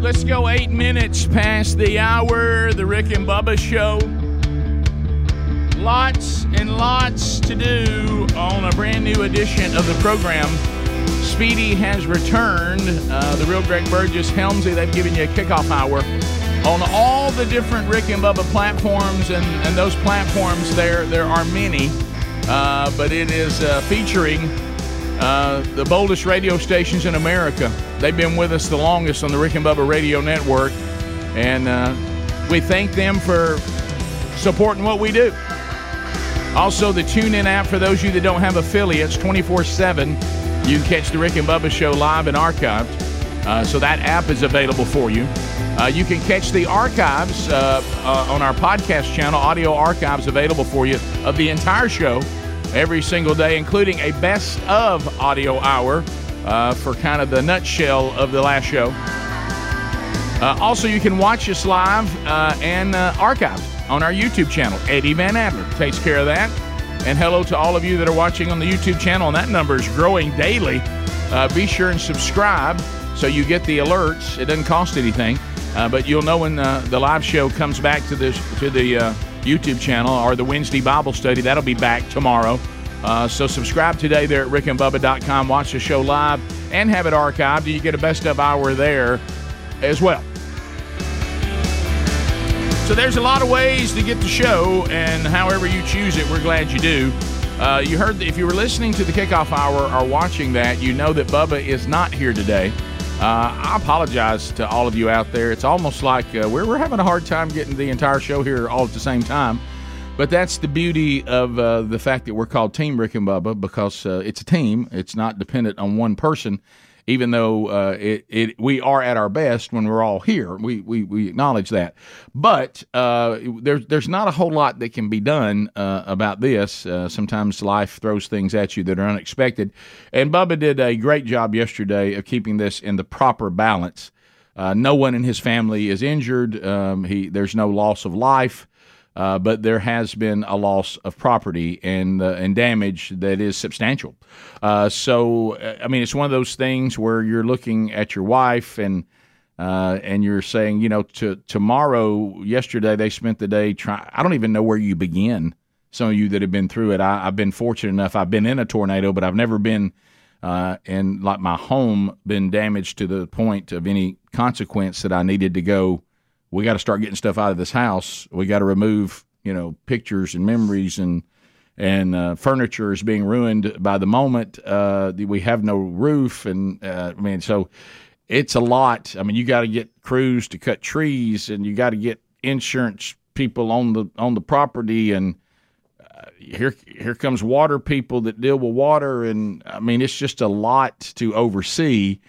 Let's go eight minutes past the hour, the Rick and Bubba show. Lots and lots to do on a brand new edition of the program. Speedy has returned. Uh, the real Greg Burgess Helmsley, they've given you a kickoff hour on all the different Rick and Bubba platforms, and, and those platforms there there are many, uh, but it is uh, featuring uh, the boldest radio stations in America. They've been with us the longest on the Rick and Bubba Radio Network, and uh, we thank them for supporting what we do. Also, the TuneIn app for those of you that don't have affiliates, 24 7. You can catch the Rick and Bubba show live and archived. Uh, so that app is available for you. Uh, you can catch the archives uh, uh, on our podcast channel, audio archives available for you of the entire show every single day, including a best of audio hour uh, for kind of the nutshell of the last show. Uh, also, you can watch us live uh, and uh, archived on our YouTube channel. Eddie Van Adler takes care of that. And hello to all of you that are watching on the YouTube channel, and that number is growing daily. Uh, be sure and subscribe so you get the alerts. It doesn't cost anything, uh, but you'll know when uh, the live show comes back to this to the uh, YouTube channel or the Wednesday Bible study. That'll be back tomorrow. Uh, so subscribe today there at rickandbubba.com. Watch the show live and have it archived. You get a best of hour there as well. So there's a lot of ways to get the show, and however you choose it, we're glad you do. Uh, you heard that if you were listening to the kickoff hour or watching that, you know that Bubba is not here today. Uh, I apologize to all of you out there. It's almost like uh, we're, we're having a hard time getting the entire show here all at the same time. But that's the beauty of uh, the fact that we're called Team Rick and Bubba because uh, it's a team. It's not dependent on one person, even though uh, it, it we are at our best when we're all here. We we, we acknowledge that. But uh, there's there's not a whole lot that can be done uh, about this. Uh, sometimes life throws things at you that are unexpected, and Bubba did a great job yesterday of keeping this in the proper balance. Uh, no one in his family is injured. Um, he there's no loss of life. Uh, but there has been a loss of property and uh, and damage that is substantial. Uh, so uh, I mean, it's one of those things where you're looking at your wife and uh, and you're saying, you know, to tomorrow, yesterday they spent the day trying. I don't even know where you begin. Some of you that have been through it, I, I've been fortunate enough. I've been in a tornado, but I've never been uh, and like my home been damaged to the point of any consequence that I needed to go. We got to start getting stuff out of this house. We got to remove, you know, pictures and memories and and uh, furniture is being ruined by the moment. Uh, we have no roof, and uh, I mean, so it's a lot. I mean, you got to get crews to cut trees, and you got to get insurance people on the on the property, and here here comes water people that deal with water, and I mean it's just a lot to oversee.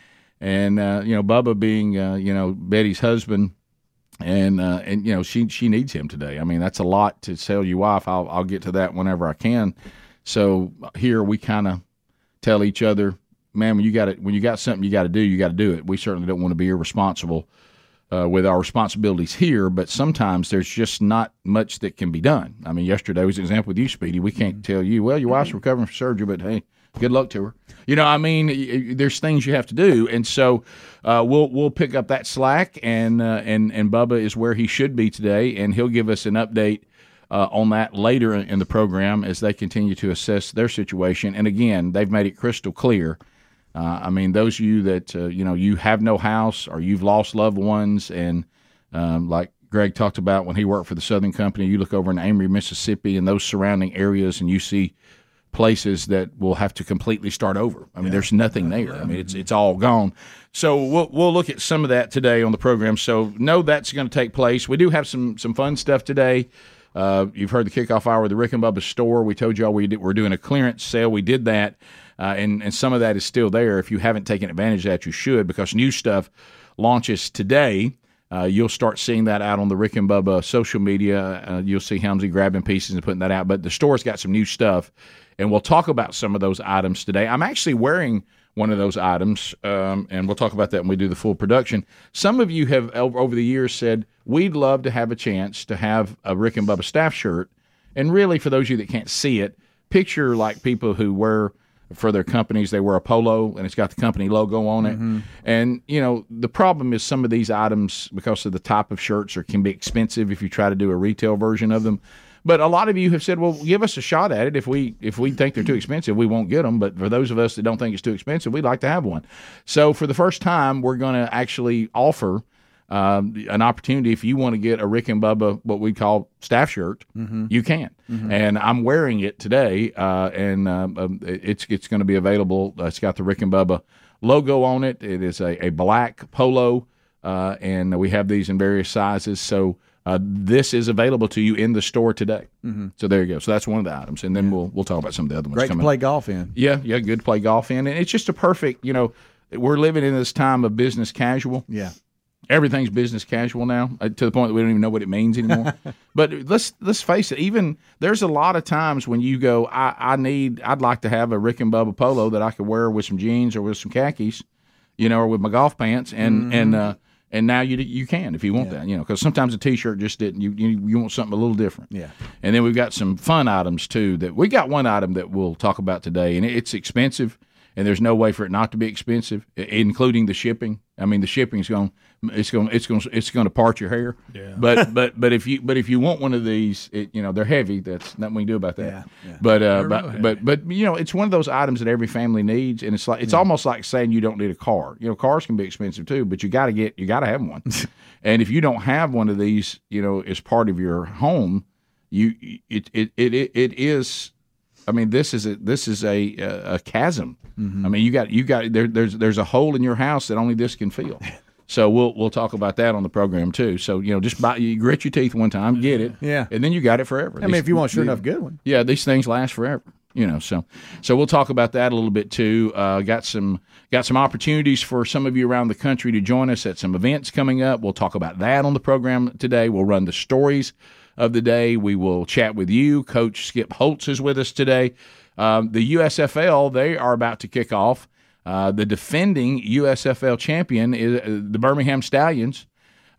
And uh, you know, Bubba being uh, you know Betty's husband, and uh, and you know she she needs him today. I mean that's a lot to tell your wife. I'll I'll get to that whenever I can. So uh, here we kind of tell each other, man, when you got it, when you got something you got to do, you got to do it. We certainly don't want to be irresponsible uh, with our responsibilities here, but sometimes there's just not much that can be done. I mean, yesterday was an example with you, Speedy. We can't tell you, well, your wife's recovering from surgery, but hey, good luck to her. You know, I mean, y- y- there's things you have to do, and so uh, we'll we'll pick up that slack, and uh, and and Bubba is where he should be today, and he'll give us an update uh, on that later in the program as they continue to assess their situation. And again, they've made it crystal clear. Uh, I mean, those of you that uh, you know you have no house or you've lost loved ones, and um, like Greg talked about when he worked for the Southern Company, you look over in Amory, Mississippi, and those surrounding areas, and you see places that will have to completely start over. I mean, there's nothing there. I mean, it's it's all gone. So we'll we'll look at some of that today on the program. So no, that's going to take place. We do have some some fun stuff today. Uh, you've heard the kickoff hour of the Rick and Bubba store. We told y'all we did, we're doing a clearance sale. We did that, uh, and and some of that is still there. If you haven't taken advantage of that, you should because new stuff launches today. Uh, you'll start seeing that out on the Rick and Bubba social media. Uh, you'll see Helmsy grabbing pieces and putting that out. But the store's got some new stuff, and we'll talk about some of those items today. I'm actually wearing one of those items, um, and we'll talk about that when we do the full production. Some of you have o- over the years said we'd love to have a chance to have a Rick and Bubba staff shirt, and really for those of you that can't see it, picture like people who wear for their companies they wear a polo and it's got the company logo on it and you know the problem is some of these items because of the type of shirts or can be expensive if you try to do a retail version of them but a lot of you have said well give us a shot at it if we if we think they're too expensive we won't get them but for those of us that don't think it's too expensive we'd like to have one so for the first time we're going to actually offer um, an opportunity if you want to get a Rick and Bubba what we call staff shirt, you can. And I'm wearing it today, uh, and um, um, it's it's going to be available. Uh, it's got the Rick and Bubba logo on it. It is a, a black polo, uh, and we have these in various sizes. So. Uh, this is available to you in the store today. So there you go. So that's one of the items, and then we'll we'll talk about some of the other ones. Mm-hmm. coming Great to play golf in. yeah, yeah, good to play golf in, and it's just a perfect. You know, we're living in this time of business casual Yeah. everything's business casual now uh, to the point that we don't even know what it means anymore. but let's let's face it. Even there's a lot of times when you go, I, I need, I'd like to have a Rick and Bubba polo that I could wear with some jeans or with some khakis, you know, or with my golf pants, and Mm-hmm. and uh, and now you you can if you want that, you know, because sometimes a T-shirt just didn't. You, you you want something a little different. Yeah. And then we've got some fun items too. That we got one item that we'll talk about today, and it's expensive, and there's no way for it not to be expensive, i- including the shipping. I mean, the shipping's going, it's going, it's going, it's going to part your hair. Yeah. But but but if you but if you want one of these, it, you know they're heavy. That's nothing we can do about that. Yeah, yeah. But uh, but, but but you know it's one of those items that every family needs, and it's like it's almost like saying you don't need a car. You know, cars can be expensive too, but you got to get you got to have one. and if you don't have one of these, you know, as part of your home, you it it it it, it is. I mean, this is a this is a a, a chasm. I mean, you got you got there, there's there's a hole in your house that only this can fill. So we'll we'll talk about that on the program too. So you know, just buy you grit your teeth one time, get it, Yeah. and then you got it forever. I mean, if you want a sure enough good one. Yeah, these things last forever. You know, so so we'll talk about that a little bit too. Uh, got some got some opportunities for some of you around the country to join us at some events coming up. We'll talk about that on the program today. We'll run the stories of the day. We will chat with you. Coach Skip Holtz is with us today. Um, the USFL they are about to kick off. Uh, the defending USFL champion is uh, the Birmingham Stallions.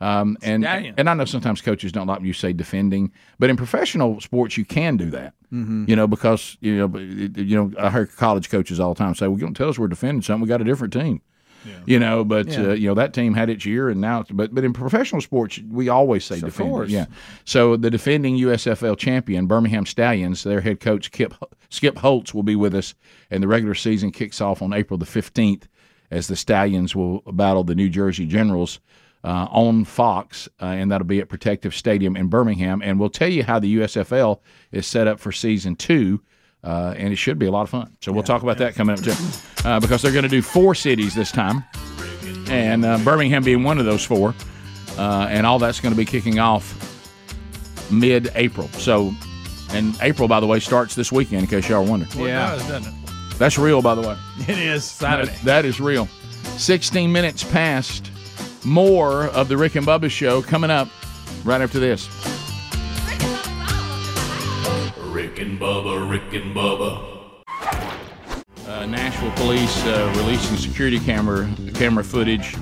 Um, and Stallion. and I know sometimes coaches don't like when you say defending, but in professional sports you can do that. You know because you know but it- you know I hear college coaches all the time say, "Well, you don't tell us we're defending something. We got a different team." You know, but uh, you know that team had its year, and now, it's, but but in professional sports, we always say defending. course. Yeah. So the defending USFL champion Birmingham Stallions, their head coach Kip, Skip Holtz will be with us, and the regular season kicks off on April the fifteenth as the Stallions will battle the New Jersey Generals uh, on Fox, uh, and that'll be at Protective Stadium in Birmingham. And we'll tell you how the USFL is set up for season two. Uh, and it should be a lot of fun. So we'll talk about that coming up too, uh, because they're going to do four cities this time, and uh, Birmingham being one of those four. Uh, and all that's going to be kicking off mid-April. So, and April, by the way, starts this weekend. In case y'all wonder, Yeah. that's real, by the way. It is. That- that is real. 16 minutes past. More of the Rick and Bubba show coming up right after this. Rick and Bubba, Rick and Bubba. Uh, Nashville police uh, releasing security camera camera footage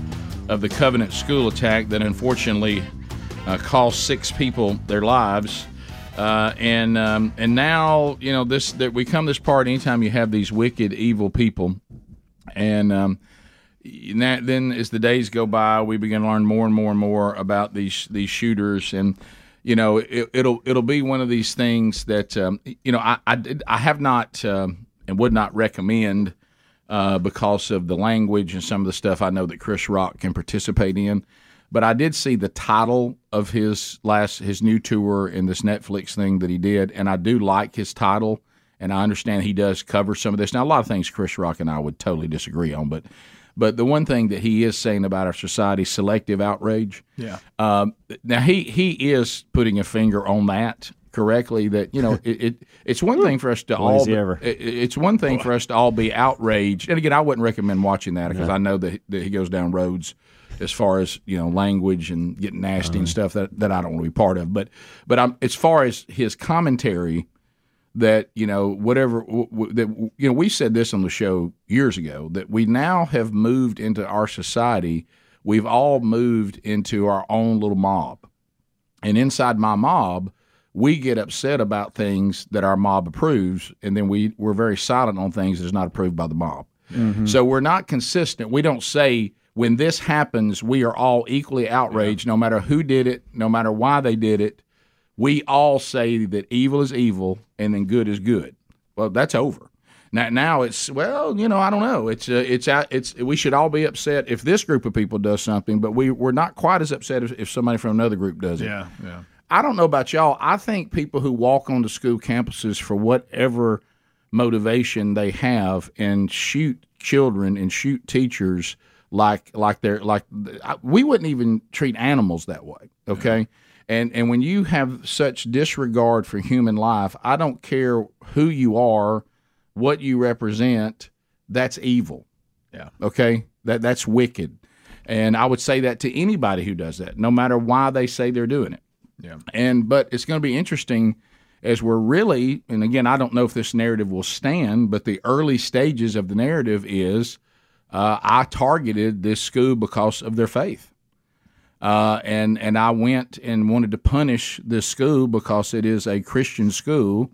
of the Covenant School attack that unfortunately uh, cost six people their lives. Uh, and um, and now you know this that we come this part anytime you have these wicked evil people, and um, and that, then as the days go by, we begin to learn more and more and more about these these shooters, and you know it, it'll it'll be one of these things that um, you know I I, did, I have not um, and would not recommend uh, because of the language and some of the stuff I know that Chris Rock can participate in. But I did see the title of his last his new tour in this Netflix thing that he did, and I do like his title. And I understand he does cover some of this. Now, a lot of things Chris Rock and I would totally disagree on, but but the one thing that he is saying about our society, selective outrage. Yeah. Um, now he he is putting a finger on that correctly. That you know it, it it's one thing for us to all is he ever. it- it's one thing for us to all be outraged. And again, I wouldn't recommend watching that because I know that that he goes down roads as far as you know language and getting nasty Uh-huh. and stuff that, that I don't want to be part of. But but I'm, as far as his commentary, that you know whatever w- w- that you know we said this on the show years ago that we now have moved into our society. We've all moved into our own little mob, and inside my mob. We get upset about things that our mob approves, and then we, we're very silent on things that's not approved by the mob. Mm-hmm. So we're not consistent. We don't say when this happens, we are all equally outraged, no matter who did it, no matter why they did it. We all say that evil is evil and then good is good. Well, that's over. Now, now it's well, you know, I don't know. It's uh, it's out. It's we should all be upset if this group of people does something, but we we're not quite as upset if, if somebody from another group does it. Yeah, yeah. I don't know about y'all. I think people who walk onto school campuses for whatever motivation they have and shoot children and shoot teachers like like they're like I- we wouldn't even treat animals that way. Okay. And, and when you have such disregard for human life, I don't care who you are, what you represent, that's evil. Yeah. Okay. That that's wicked. And I would say that to anybody who does that, no matter why they say they're doing it. Yeah. And but it's going to be interesting as we're really, and again, I don't know if this narrative will stand, but the early stages of the narrative is uh, I targeted this school because of their faith. Uh, and and I went and wanted to punish this school because it is a Christian school,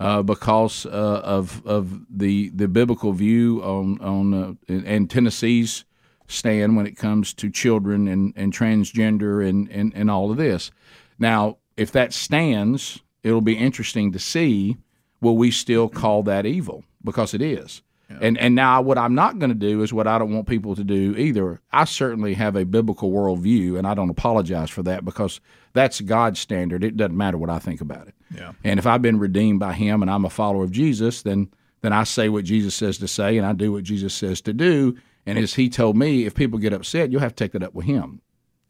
uh, because uh, of of the the biblical view on on uh, and- and Tennessee's stand when it comes to children and, and transgender and, and and all of this. Now, if that stands, it'll be interesting to see will we still call that evil because it is. And and now what I'm not going to do is what I don't want people to do either. I certainly have a biblical worldview, and I don't apologize for that because that's God's standard. It doesn't matter what I think about it. Yeah. And if I've been redeemed by Him and I'm a follower of Jesus, then then I say what Jesus says to say, and I do what Jesus says to do. And as He told me, if people get upset, you'll have to take that up with Him.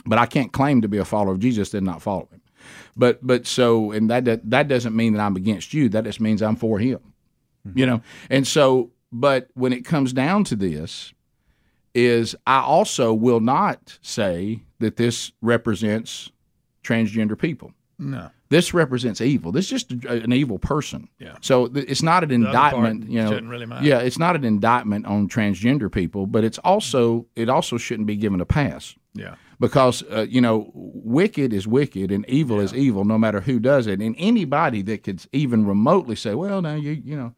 But I can't claim to be a follower of Jesus and not follow Him. But but so and that that- that doesn't mean that I'm against you. That just means I'm for Him Mm-hmm. you know and so but when it comes down to this is i also will not say that this represents transgender people No. this represents evil this is just a, an evil person Yeah. so th- it's not an other part indictment you know shouldn't really matter. yeah it's not an indictment on transgender people but it's also it also shouldn't be given a pass Yeah. because uh, you know wicked is wicked and evil is evil no matter who does it and anybody that could even remotely say well now you you know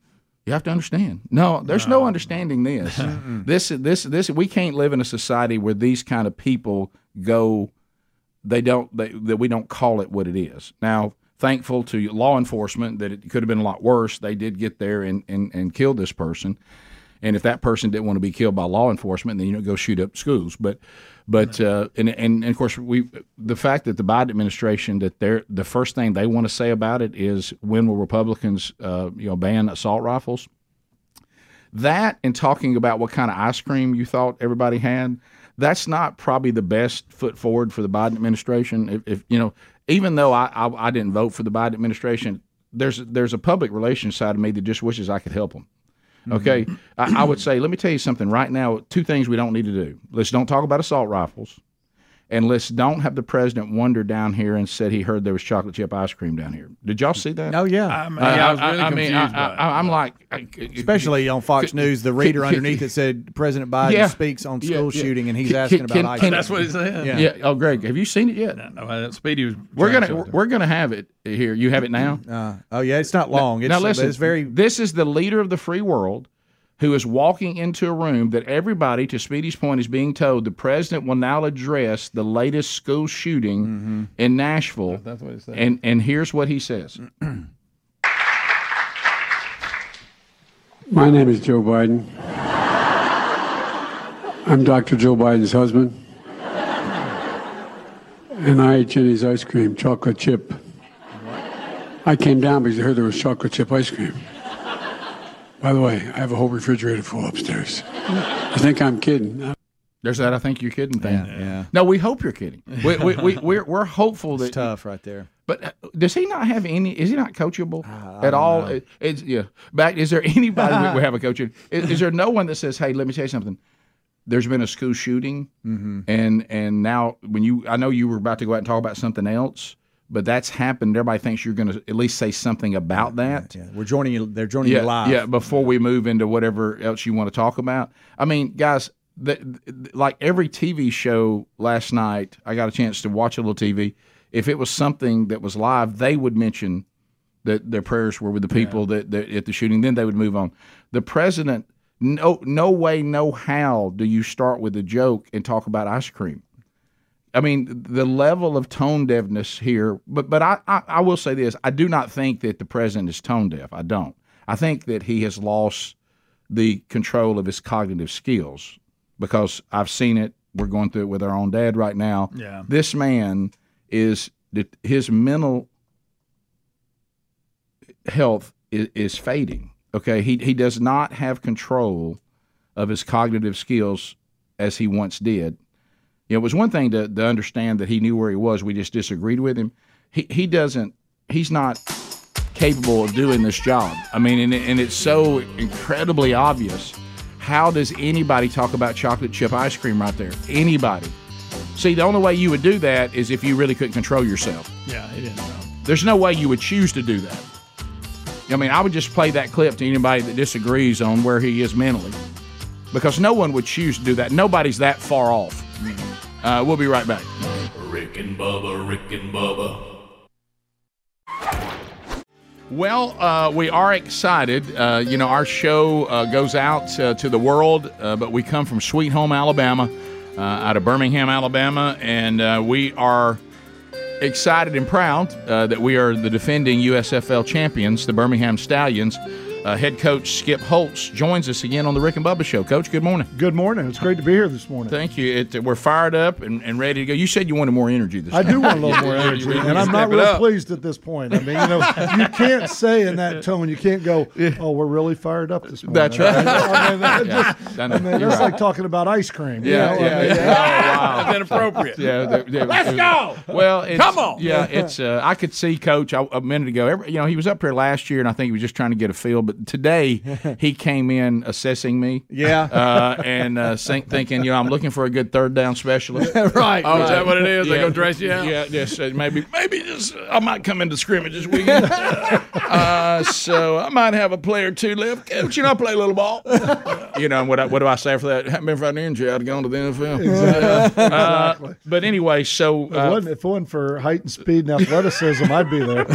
you have to understand no there's no, understanding this this this this we can't live in a society where these kind of people go they don't they, that we don't call it what it is now thankful to law enforcement that it could have been a lot worse they did get there and and, and killed this person and if that person didn't want to be killed by law enforcement, then you don't go shoot up schools. But, but uh, and, and and of course we the fact that the Biden administration that they're the first thing they want to say about it is when will Republicans uh, you know ban assault rifles? That and talking about what kind of ice cream you thought everybody had, that's not probably the best foot forward for the Biden administration. If, if you know, even though I, I I didn't vote for the Biden administration, there's there's a public relations side of me that just wishes I could help them. Mm-hmm. Okay, I, I would say, let me tell you something right now. Two things we don't need to do. Let's don't talk about assault rifles, and let's don't have the president wander down here and said he heard there was chocolate chip ice cream down here. Did y'all see that? Uh, Oh yeah. I mean, I, I was really I- I confused. mean, I, by it. am like, I- Especially on Fox News, the reader underneath it said President Biden Yeah. speaks on Yeah, school yeah. shooting, and he's Can- asking can- about can- ISIS. That's what he said. Yeah. yeah. Oh, Greg, have you seen it yet? No, I- Speedy was. We're trying gonna something. we're gonna have it here. You have it now. Uh, oh yeah, it's not long. It's, now listen, it's very this is the leader of the free world who is walking into a room that everybody, to Speedy's point, is being told the president will now address the latest school shooting Mm-hmm. in Nashville. That's what he said. And and here's what he says. My name is Joe Biden. I'm Dr. Joe Biden's husband. And I ate Jenny's ice cream, chocolate chip. I came down because I heard there was chocolate chip ice cream. By the way, I have a whole refrigerator full upstairs. I think I'm kidding. There's that I think you're kidding thing. yeah, yeah. No, we hope you're kidding. We, we, we, we're, we're hopeful that It's tough right there. But uh, does he not have any? Is he not coachable Ah, at all? It- it's yeah. Back is there anybody we, we have a coach? in? Is, is there no one that says, "Hey, let me tell you something. there's been a school shooting, Mm-hmm. and and now when you, I know you were about to go out and talk about something else, but that's happened. Everybody thinks you're going to at least say something about that. Yeah, we're joining you. They're joining you live. Yeah, before we move into whatever else you want to talk about. I mean, guys, the, the- like every TV show last night, I got a chance to watch a little TV. If it was something that was live, they would mention that their prayers were with the people that, that at the shooting. Then they would move on. The president, no, no way, no how do you start with a joke and talk about ice cream. I mean, the level of tone deafness here, but but I, I, I will say this: I do not think that the president is tone deaf. I don't. I think that he has lost the control of his cognitive skills because I've seen it. We're going through it with our own dad right now. Yeah. This man is his mental health is, is fading. Okay, he he does not have control of his cognitive skills as he once did. You know, it was one thing to, to understand that he knew where he was. We just disagreed with him. He he doesn't. He's not capable of doing this job. I mean, and, it- and it's so incredibly obvious. How does anybody talk about chocolate chip ice cream right there? Anybody? See, the only way you would do that is if you really couldn't control yourself. Yeah, he didn't know. There's no way you would choose to do that. I mean, I would just play that clip to anybody that disagrees on where he is mentally, because no one would choose to do that. Nobody's that far off. Uh, we'll be right back. Rick and Bubba, Rick and Bubba. Well, uh, we are excited. Uh, you know, our show uh, goes out uh, to the world, uh, but we come from Sweet Home, Alabama, uh, out of Birmingham, Alabama, and uh, we are excited and proud uh, that we are the defending USFL champions, the Birmingham Stallions. Uh, head coach Skip Holtz joins us again on the Rick and Bubba Show. Coach, good morning. Good morning. It's great to be here this morning. Thank you. It, we're fired up and, and ready to go. You said you wanted more energy this I time. do want a little more You energy, really and I'm step not it real up. pleased at this point. I mean, you know, you can't say in that tone, you can't go, "Oh, we're really fired up this morning." That's right. I mean, that Yeah. just- I know. I mean, You're that's right. like talking about ice cream. you Yeah, know? I yeah, mean, yeah. Oh, wow. Inappropriate. Yeah, they- they- it- Well, it's, Come on. Yeah, it's. Uh, I could see Coach a, a minute ago. Every, you know, he was up here last year, and I think he was just trying to get a feel. But today, he came in assessing me. Yeah. Uh, and uh, think, thinking, you know, I'm looking for a good third down specialist. right. Oh, is that what it is? They Yeah. go dress you out. Yeah, yes. uh, Maybe, maybe just uh, I might come into scrimmage this weekend. uh, so I might have a player or two left. Coach, you know, I play a little ball. you know, and what, I, what do I say for that? Hadn't been for an injury, I'd have gone to the NFL. Exactly. Uh, but anyway, so If it, uh, wasn't, if it wasn't for height and speed and athleticism, I'd be there.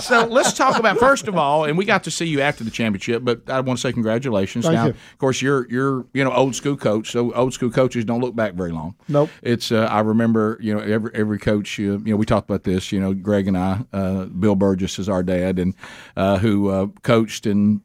so let's talk about first of all, and we got to see you after the championship, but I want to say congratulations. Thank now, you. of course, you're you're you know old school coach, so old school coaches don't look back very long. Nope. It's uh, I remember you know every every coach uh, you know we talked about this you know Greg and I uh, Bill Burgess is our dad and uh, who uh, coached and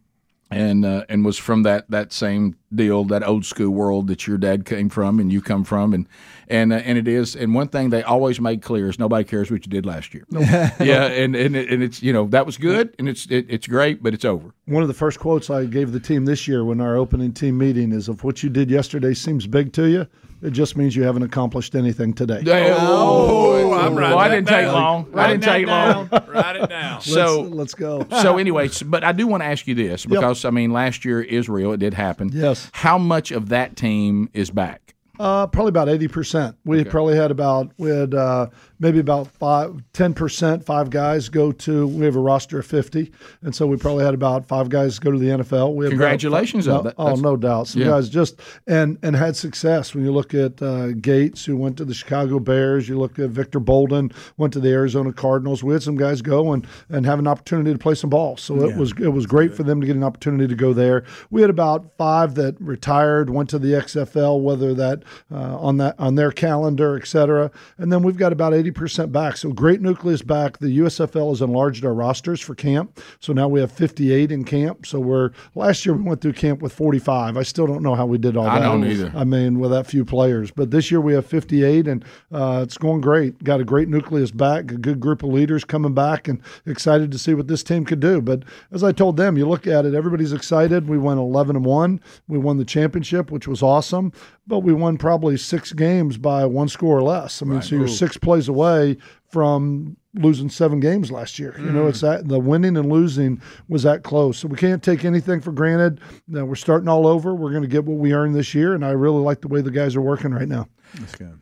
and uh, and was from that that same deal that old school world that your dad came from and you come from and and uh, and it is and one thing they always make clear is nobody cares what you did last year yeah and and, it, and it's you know that was good and it's it, it's great but it's over One of the first quotes I gave the team this year when our opening team meeting is, "If what you did yesterday seems big to you, it just means you haven't accomplished anything today." oh, I'm well, writing I that didn't take down. long I Writing didn't take that long down. Write it down. so let's, let's go. so anyway, s- but I do want to ask you this because I mean, last year Israel, it did happen. Yes. How much of that team is back? Uh, probably about eighty percent. We probably had about we had uh, maybe about five, 10 percent. Five guys go to. We have a roster of fifty, and so we probably had about five guys go to the NFL. We had about- Congratulations no, on that. Oh, That's- no doubt. Some Yeah. guys just and and had success. When you look at uh, Gates, who went to the Chicago Bears, you look at Victor Bolden, went to the Arizona Cardinals. We had some guys go and and have an opportunity to play some ball. So it was it was great for them to get an opportunity to go there. We had about five that retired, went to the XFL, whether that uh, on that on their calendar, et cetera. And then we've got about eighty percent back. So great nucleus back. The USFL has enlarged our rosters for camp. So now we have fifty eight in camp. So we're last year we went through camp with forty five. I still don't know how we did all I that. don't either. I mean, with that few players. But this year we have 58, and uh, it's going great. Got a great nucleus back, a good group of leaders coming back, and excited to see what this team could do. But as I told them, you look at it, everybody's excited. We went 11 and one. We won the championship, which was awesome. But we won probably six games by one score or less. I mean, so you're six plays away away from losing seven games last year. You know, Mm. it's that the winning and losing was that close. So we can't take anything for granted. Now we're starting all over. We're going to get what we earned this year, and I really like the way the guys are working right now.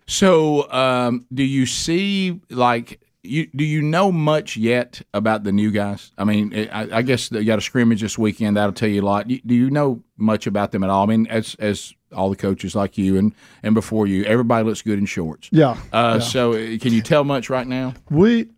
So, um, do you see like you do you know much yet about the new guys? I mean, eh, I, I guess you got a scrimmage this weekend that'll tell you a lot. You- Do you know much about them at all? I mean, as as all the coaches like you and and before you, everybody looks good in shorts. Yeah. Uh, yeah. So, uh, can you tell much right now? We,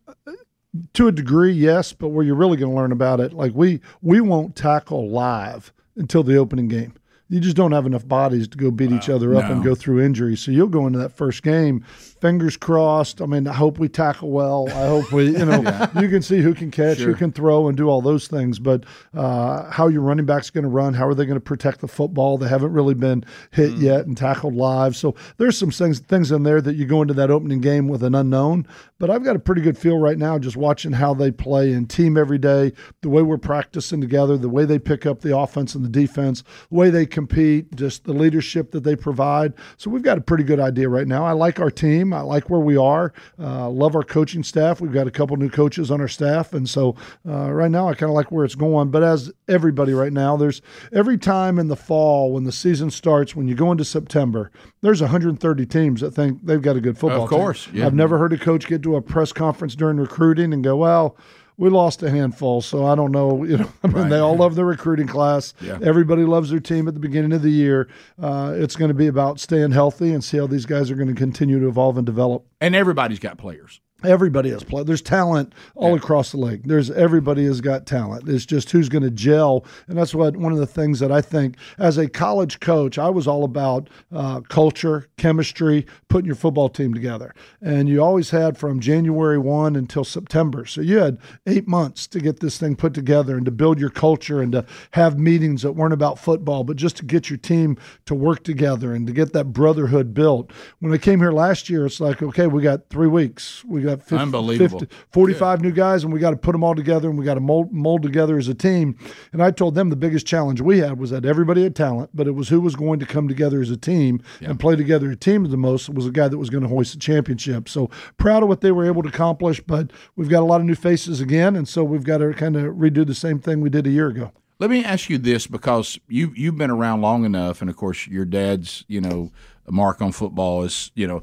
to a degree, yes, but where you're really going to learn about it, like we we won't tackle live until the opening game. You just don't have enough bodies to go beat each other up and no. go through injuries. So you'll go into that first game, fingers crossed. I mean, I hope we tackle well. I hope we, you know, you can see who can catch, Sure. who can throw, and do all those things. But uh, how your running back's going to run, how are they going to protect the football? They haven't really been hit yet and tackled live. So there's some things things in there that you go into that opening game with an unknown. But I've got a pretty good feel right now just watching how they play and team every day, the way we're practicing together, the way they pick up the offense and the defense, the way they compete, just the leadership that they provide. So we've got a pretty good idea right now. I like our team. I like where we are. Uh, love our coaching staff. We've got a couple new coaches on our staff, and so uh, right now I kind of like where it's going. But as everybody right now, there's every time in the fall when the season starts, when you go into September, there's 130 teams that think they've got a good football. Of course, team. yeah. I've never heard a coach get to a press conference during recruiting and go, "Well." We lost a handful, so I don't know. You know, I mean, they all love their recruiting class. Yeah. Everybody loves their team at the beginning of the year. Uh, it's going to be about staying healthy and see how these guys are going to continue to evolve and develop. And everybody's got players. Everybody has play. There's talent all across the league. There's everybody has got talent. It's just who's going to gel, and that's what one of the things that I think as a college coach, I was all about uh, culture, chemistry, putting your football team together. And you always had from January one until September, so you had eight months to get this thing put together and to build your culture and to have meetings that weren't about football, but just to get your team to work together and to get that brotherhood built. When I came here last year, it's like okay, we got three weeks, we got 50, Unbelievable. 50 45 new guys, and we got to put them all together and we got to mold, mold together as a team. And I told them the biggest challenge we had was that everybody had talent, but it was who was going to come together as a team and play together a team the most was a guy that was going to hoist the championship. So proud of what they were able to accomplish, but we've got a lot of new faces again. And so we've got to kind of redo the same thing we did a year ago. Let me ask you this because you you've been around long enough, and of course your dad's you know mark on football is you know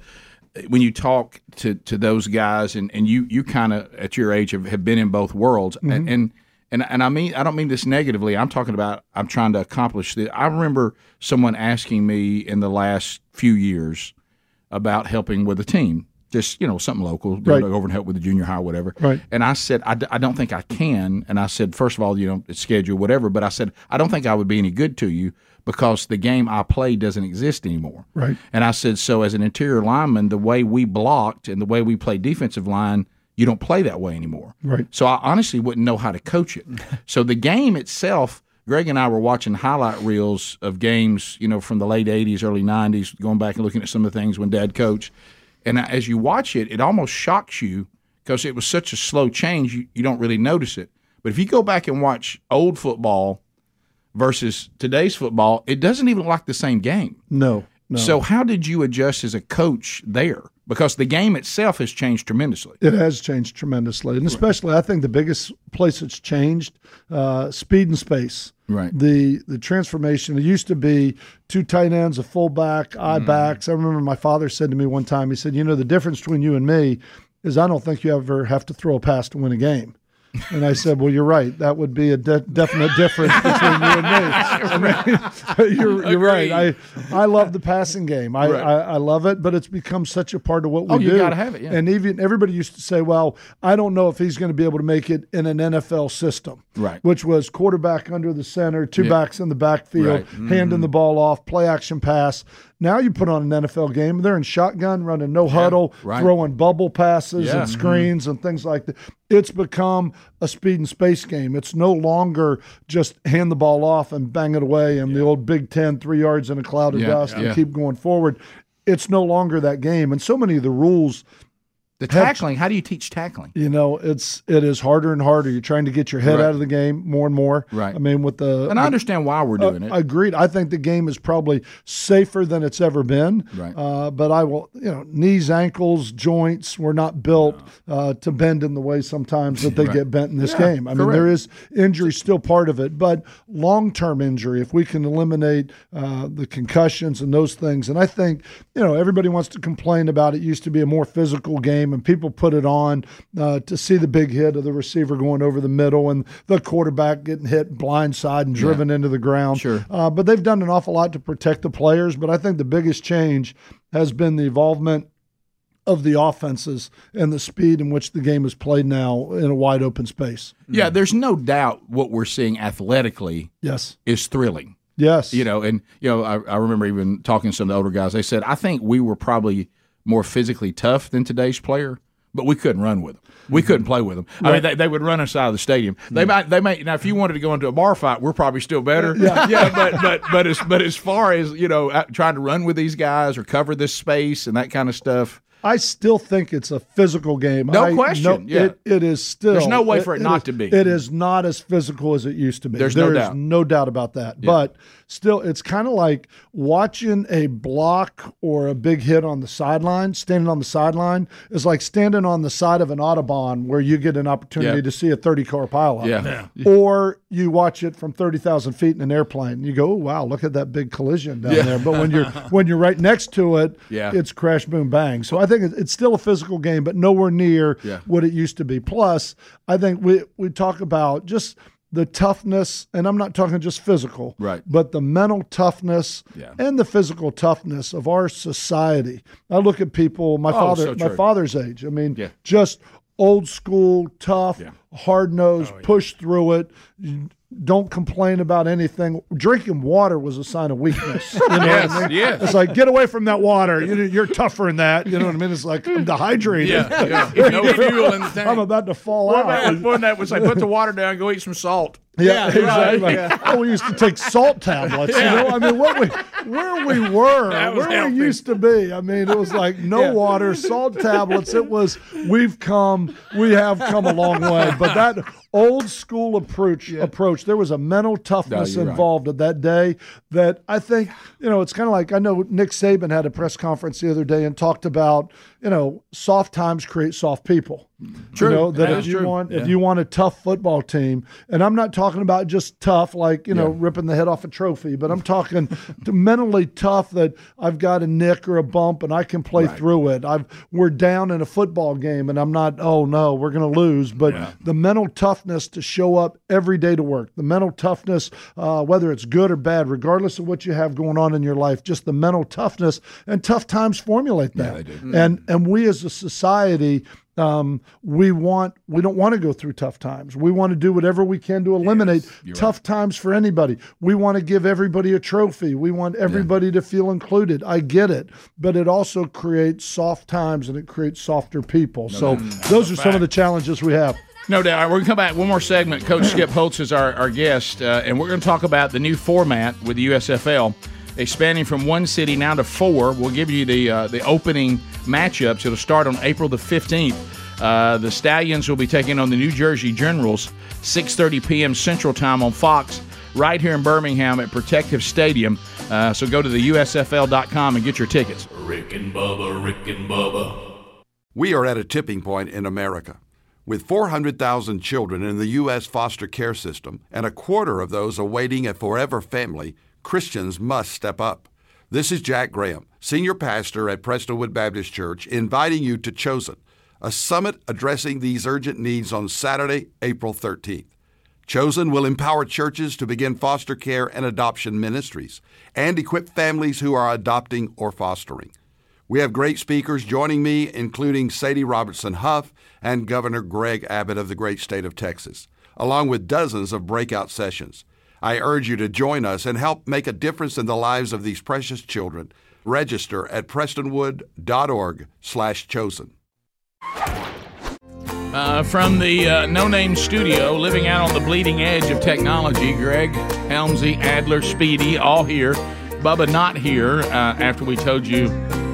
when you talk to to those guys and and you you kind of at your age have, have been in both worlds and. and and, and I mean I don't mean this negatively. I'm talking about I'm trying to accomplish this. I remember someone asking me in the last few years about helping with a team, just you know something local, go Right. over and help with the junior high, or whatever. Right. And I said, I, d- I don't think I can. And I said, first of all, you know, it's schedule, whatever. But I said, I don't think I would be any good to you because the game I play doesn't exist anymore. Right. And I said, so as an interior lineman, the way we blocked and the way we play defensive line, you don't play that way anymore. Right. So I honestly wouldn't know how to coach it. so the game itself, Greg and I were watching highlight reels of games, you know, from the late '80s, early '90s, going back and looking at some of the things when Dad coached. And I- as you watch it, it almost shocks you because it was such a slow change. You, you don't really notice it. But if you go back and watch old football versus today's football, it doesn't even look like the same game. No, no. So how did you adjust as a coach there? Because the game itself has changed tremendously. It has changed tremendously, and especially I think the biggest place it's changed, uh, speed and space. Right. The the transformation. It used to be two tight ends, a fullback, Mm. eye backs. I remember my father said to me one time. He said, "You know, the difference between you and me is I don't think you ever have to throw a pass to win a game." And I said, "Well, you're right. That would be a de- definite difference between you and me." you're, you're right. I I love the passing game. I, I I love it, but it's become such a part of what we Oh, you do. gotta have it, yeah. And even everybody used to say, "Well, I don't know if he's going to be able to make it in an NFL system." Right. Which was quarterback under the center, two backs in the backfield, Right. Mm-hmm. handing the ball off, play action pass. Now you put on an NFL game, they're in shotgun, running no huddle, right. throwing bubble passes Yeah. Mm-hmm. and screens and things like that. It's become a speed and space game. It's no longer just hand the ball off and bang it away and the old Big Ten three yards in a cloud of Yeah, dust yeah. and keep going forward. It's no longer that game. And so many of the rules The tackling. How do you teach tackling? You know, it's it is harder and harder. You're trying to get your head Right. out of the game more and more. Right. I mean, with the And I understand why we're doing it. Agreed. I think the game is probably safer than it's ever been. Right. Uh, but I will, you know, knees, ankles, joints were not built uh, to bend in the way sometimes that they Right. get bent in this Yeah, game. I mean, there correct. is injury still part of it, but long term injury, if we can eliminate uh, the concussions and those things. And I think, you know, everybody wants to complain about it used to be a more physical game and people put it on uh, to see the big hit of the receiver going over the middle and the quarterback getting hit blindside and driven into the ground. Sure. Uh, but they've done an awful lot to protect the players. But I think the biggest change has been the involvement of the offenses and the speed in which the game is played now in a wide open space. Yeah, there's no doubt what we're seeing athletically Yes. is thrilling. Yes. You know, and you know, I, I remember even talking to some of the older guys. They said, I think we were probably more physically tough than today's player, but we couldn't run with them. We Hmm. couldn't play with them. I mean, they, they would run us out of the stadium. They might, they might. Now, if you wanted to go into a bar fight, we're probably still better. Yeah, yeah. But but but as but as far as you know, uh, trying to run with these guys or cover this space and that kind of stuff. I still think it's a physical game. No I- question, yeah. it, it is still. There's no way for it not is- to be. It is not as physical as it used to be. There's no There is doubt. no doubt about that. But still, it's kind of like watching a block or a big hit on the sideline. Standing on the sideline is like standing on the side of an autobahn where you get an opportunity Yeah. to see a 30 car pileup. Yeah. Yeah. Or you watch it from 30,000 feet in an airplane. And you go, oh wow, look at that big collision down Yeah. there. But when you're when you're right next to it, Yeah. it's crash, boom, bang. So I think it- it's still a physical game, but nowhere near Yeah. what it used to be. Plus, I think we we talk about just the toughness, and I'm not talking just physical, Right. But the mental toughness Yeah. and the physical toughness of our society. I look at people, my father, Oh, so my true. father's age. I mean, Yeah. just old school, tough, hard nosed, push through it. Don't complain about anything. Drinking water was a sign of weakness. You know what I Yes, mean? yes. It's like get away from that water. You, you're tougher than that. You know what I mean? It's like I'm dehydrated. yeah. no fuel in the tank. I'm about to fall What out. about when that was like, put the water down, go eat some salt. Yeah, right. exactly. Oh, we used to take salt tablets. You know, I mean, what we, where we were, That was where healthy. we used to be. I mean, it was like no water, salt tablets. It was we've come, we have come a long way. But that old school approach, approach, there was a mental toughness you're right. involved at that day that I think you know. It's kind of like I know Nick Saban had a press conference the other day and talked about you know soft times create soft people. True. You know, that That if is you true. want if you want a tough football team, and I'm not talking about just tough like you know ripping the head off a trophy, but I'm talking to mentally tough that I've got a nick or a bump and I can play through it. I've we're down in a football game and I'm not oh no we're gonna lose, but the mental toughness to show up every day to work, the mental toughness uh, whether it's good or bad, regardless of what you have going on in your life, just the mental toughness and tough times formulate that. And and we as a society um, we want we don't want to go through tough times. We want to do whatever we can to eliminate tough times for anybody. We want to give everybody a trophy. We want everybody to feel included. I get it, but it also creates soft times and it creates softer people. so those are some of the challenges we have. No doubt. All right, we're going to come back one more segment. Coach Skip Holtz is our, our guest, uh, and we're going to talk about the new format with the USFL, expanding from one city now to four. We'll give you the uh, the opening matchups. It'll start on April the fifteenth. Uh, the Stallions will be taking on the New Jersey Generals, 6:30 p.m. Central Time on Fox, right here in Birmingham at Protective Stadium. Uh, so go to the USFL.com and get your tickets. Rick and Bubba, Rick and Bubba, We are at a tipping point in America. With 400,000 children in the U.S. foster care system and a quarter of those awaiting a forever family, Christians must step up. This is Jack Graham, senior pastor at Prestonwood Baptist Church, inviting you to Chosen, a summit addressing these urgent needs on Saturday, April 13th. Chosen will empower churches to begin foster care and adoption ministries and equip families who are adopting or fostering. We have great speakers joining me, including Sadie Robertson Huff and Governor Greg Abbott of the great state of Texas, along with dozens of breakout sessions. I urge you to join us and help make a difference in the lives of these precious children. Register at prestonwood.org/chosen. Uh, from the uh, No Name Studio, living out on the bleeding edge of technology, Greg, Helmsy, Adler, Speedy, all here. Bubba not here uh, after we told you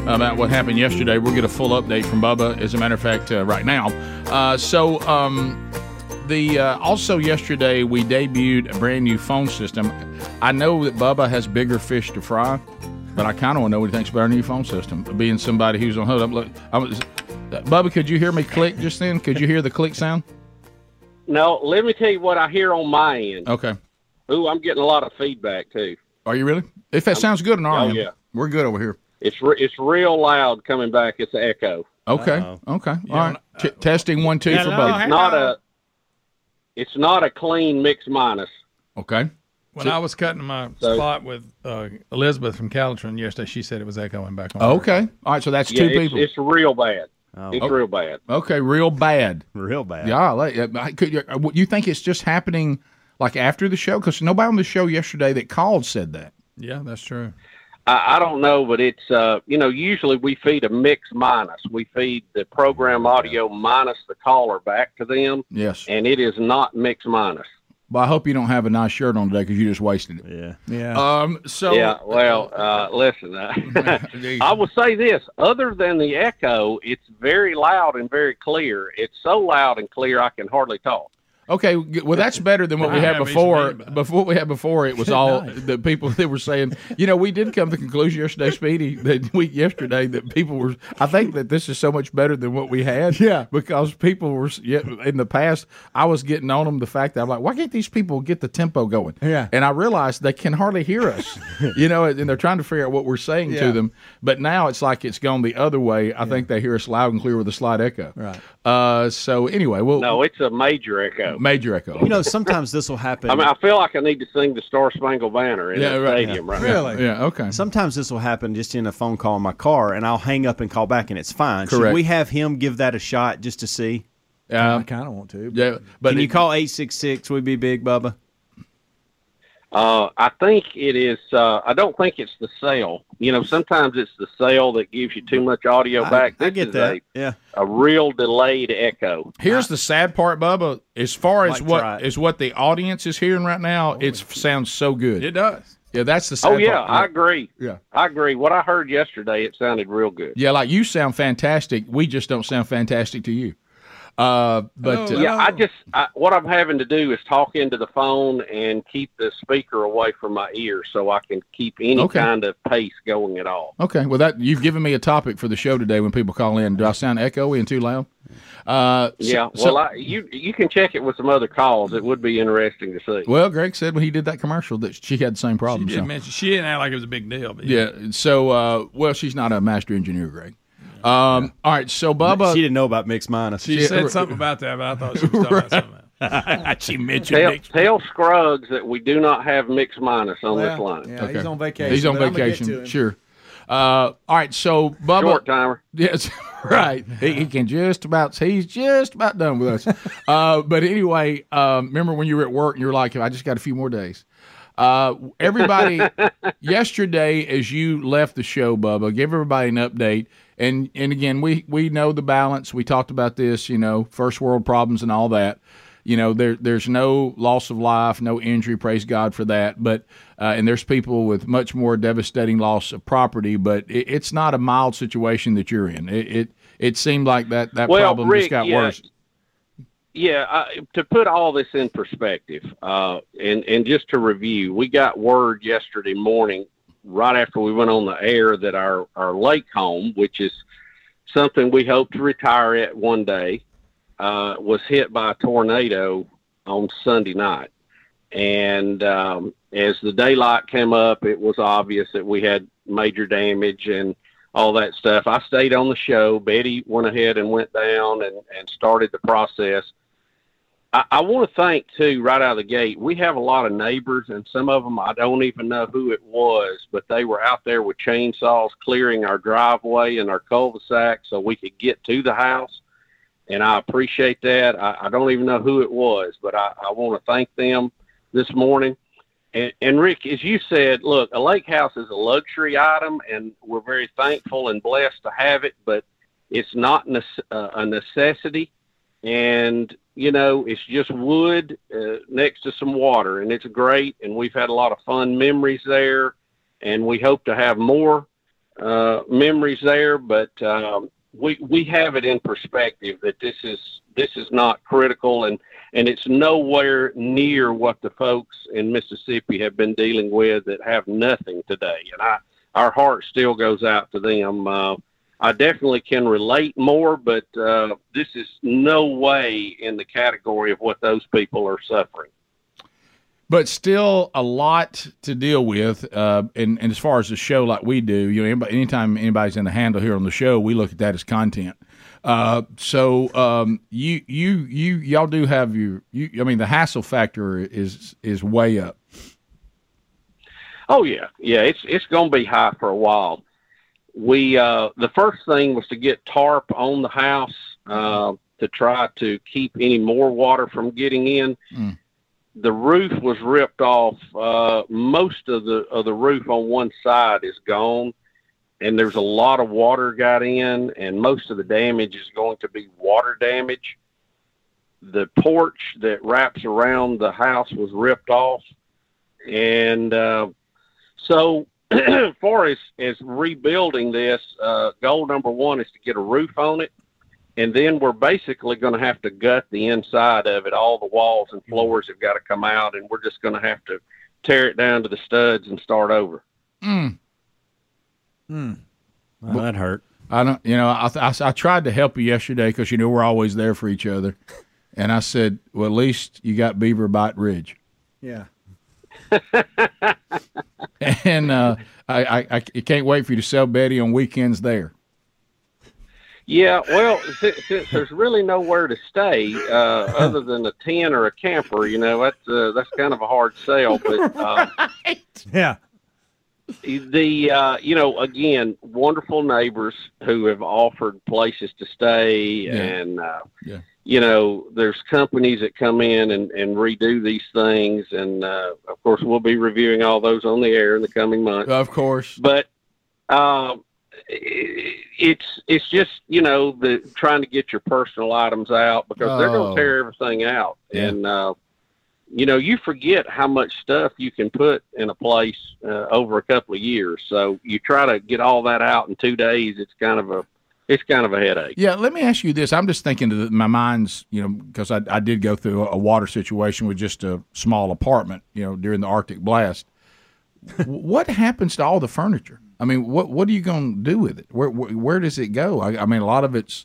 about what happened yesterday. We'll get a full update from Bubba, as a matter of fact, uh, right now. Uh, so, um, the uh, also yesterday we debuted a brand new phone system. I know that Bubba has bigger fish to fry, but I kind of want to know what he thinks about our new phone system. Being somebody who's on hold up, look, I was, Bubba, could you hear me click just then? Could you hear the click sound? No, let me tell you what I hear on my end. Okay. Oh. Ooh, I'm getting a lot of feedback too. Are you really? If that sounds good on our Oh, end, yeah. we're good over here. It's re- it's real loud coming back. It's an echo. Okay. Okay. All right. T- testing one, two for both. It's not a. It's not a clean mix minus. Okay. When I was cutting my So- spot with uh, Elizabeth from Calitron yesterday, she said it was echoing back on. her. Okay. All right. So that's Yeah, two it's, people. it's real bad. It's Oh. real bad. okay. Real bad. Real bad. Yeah. I like, yeah, I could, you- you think it's just happening like after the show? Because nobody on the show yesterday that called said that. Yeah, that's true. I, I don't know, but it's uh, you know usually we feed a mix minus. We feed the program audio minus the caller back to them, Yes. and it is not mix minus. But I hope you don't have a nice shirt on today because you just wasted it. Yeah. Yeah. Um. So. yeah, well, uh, listen, uh, I will say this: other than the echo, it's very loud and very clear. It's so loud and clear I can hardly talk. Okay, g- well that's better than what we I had haven't before. even thought about it. Before we had before, it was all the people that were saying. You know, we did come to the conclusion yesterday, Speedy, that week yesterday that people were. I think that this is so much better than what we had. Yeah. because people were s- yeah, in the past. I was getting on them the fact that I'm like, why can't these people get the tempo going? Yeah. and I realized they can hardly hear us. you know, and they're trying to figure out what we're saying to Yeah. them. But now it's like it's gone the other way. I think they hear us loud and clear with a slight echo. Right. Uh, so anyway, we'll No, it's a major echo. major echo. You know, sometimes this will happen. I mean, I feel like I need to sing the Star Spangled Banner in Yeah, the right. stadium right now. really. Yeah. Okay. Sometimes this will happen just in a phone call in my car, and I'll hang up and call back, and it's fine. Should Correct. we have him give that a shot just to see? Uh, kind of want to. yeah. But Can it- you call eight six six? We be big, Bubba. Uh, I think it is. Uh, I don't think it's the cell. You know, sometimes it's the cell that gives you too much audio back. I, I This get is that. yeah. A, a real delayed echo. here's the sad part, Bubba. As far as Like, what is try it. Oh, what the audience is hearing right now, it sounds so good. It does. yeah, that's the sad. Oh yeah, part. I agree. Yeah. I agree. What I heard yesterday, it sounded real good. yeah, like you sound fantastic. We just don't sound fantastic to you. Uh, but Hello. uh, Yeah, I just I, what I'm having to do is talk into the phone and keep the speaker away from my ear so I can keep any Okay. kind of pace going at all. okay, well that you've given me a topic for the show today. When people call in, do I sound echoey and too loud? Uh, so- Yeah, so- well, I, you you can check it with some other calls. It would be interesting to see. well, Greg said when he did that commercial that she had the same She problem. did so. mention she didn't act like it was a big deal. But Yeah. So, uh, well, she's not a master engineer, Greg. Um, all right. So, Bubba. she didn't know about mix minus. she Yeah, said right. something about that, but I thought she was talking about something. else. she mentioned Tell, it. tell Scruggs that we do not have mix minus on this line. Yeah, Okay. he's on vacation. He's on but I'ma get to vacation. him. Sure. Uh, all right. So, Bubba. Short timer. Yes, right. He, he can just about. He's just about done with us. Uh, but anyway, um, remember when you were at work and you were like, "I just got a few more days." Uh, everybody, yesterday as you left the show, Bubba, give everybody an update. And and again, we we know the balance. We talked about this, you know, first world problems and all that. You know, there there's no loss of life, no injury. Praise God for that. But uh, and there's people with much more devastating loss of property. But it, it's not a mild situation that you're in. It it, it seemed like that that Well, problem just Rick, got yeah, worse. Yeah, I, to put all this in perspective, uh, and and just to review, we got word yesterday morning, right after we went on the air, that our our lake home, which is something we hope to retire at one day, uh, was hit by a tornado on Sunday night, and um, as the daylight came up, it was obvious that we had major damage and all that stuff. I stayed on the show. Betty went ahead and went down and, and started the process. I, I want to thank, too, right out of the gate, we have a lot of neighbors, and some of them I don't even know who it was, but they were out there with chainsaws clearing our driveway and our cul de sac so we could get to the house. And I appreciate that. I, I don't even know who it was, but I, I want to thank them this morning. And, and Rick, as you said, look, a lake house is a luxury item, and we're very thankful and blessed to have it. But it's not nece- uh, a necessity, and you know, it's just wood uh, next to some water, and it's great. And we've had a lot of fun memories there, and we hope to have more. uh, memories there, but um, we we have it in perspective that this is this is not critical and and it's nowhere near what the folks in Mississippi have been dealing with that have nothing today. And I our heart still goes out to them. Uh, I definitely can relate more, but uh, this is no way in the category of what those people are suffering. but still a lot to deal with. Uh, and, and as far as the show, like we do, you know, anybody, anytime anybody's in the handle here on the show, we look at that as content. Uh, so um, you you you y'all do have your you. I mean, the hassle factor is is way up. Oh yeah, yeah. It's it's going to be high for a while. We uh, the first thing was to get tarp on the house uh, to try to keep any more water from getting in. Mm. The roof was ripped off. Uh, most of the of the roof on one side is gone, and there's a lot of water got in, and most of the damage is going to be water damage. The porch that wraps around the house was ripped off, and uh, so, far as as rebuilding this, uh, goal number one is to get a roof on it, and then we're basically going to have to gut the inside of it. All the walls and floors have got to come out, and we're just going to have to tear it down to the studs and start over. Mm. Hmm. Well, that hurt. I don't. You know, I I, I tried to help you yesterday because you know we're always there for each other. And I said, well, at least you got Beaver Bite Ridge. Yeah. And uh, I, I, I can't wait for you to sell Betty on weekends there. Yeah, well, since, since there's really nowhere to stay uh, other than a tent or a camper, you know that's uh, that's kind of a hard sell. But uh, Yeah. the uh, you know again wonderful neighbors who have offered places to stay and uh, Yeah. you know there's companies that come in and, and redo these things and uh, of course we'll be reviewing all those on the air in the coming months Of course. but um, i- it's it's just you know the trying to get your personal items out because they're Oh. going to tear everything out Yeah. and uh, you know you forget how much stuff you can put in a place uh, over a couple of years so you try to get all that out in two days it's kind of a it's kind of a headache Yeah, let me ask you this. I'm just thinking to the, my mind's, you know, because I, I did go through a, a water situation with just a small apartment, you know, during the Arctic blast. W- what happens to all the furniture? I mean, what what are you going to do with it? Where, where where does it go? I, I mean, a lot of it's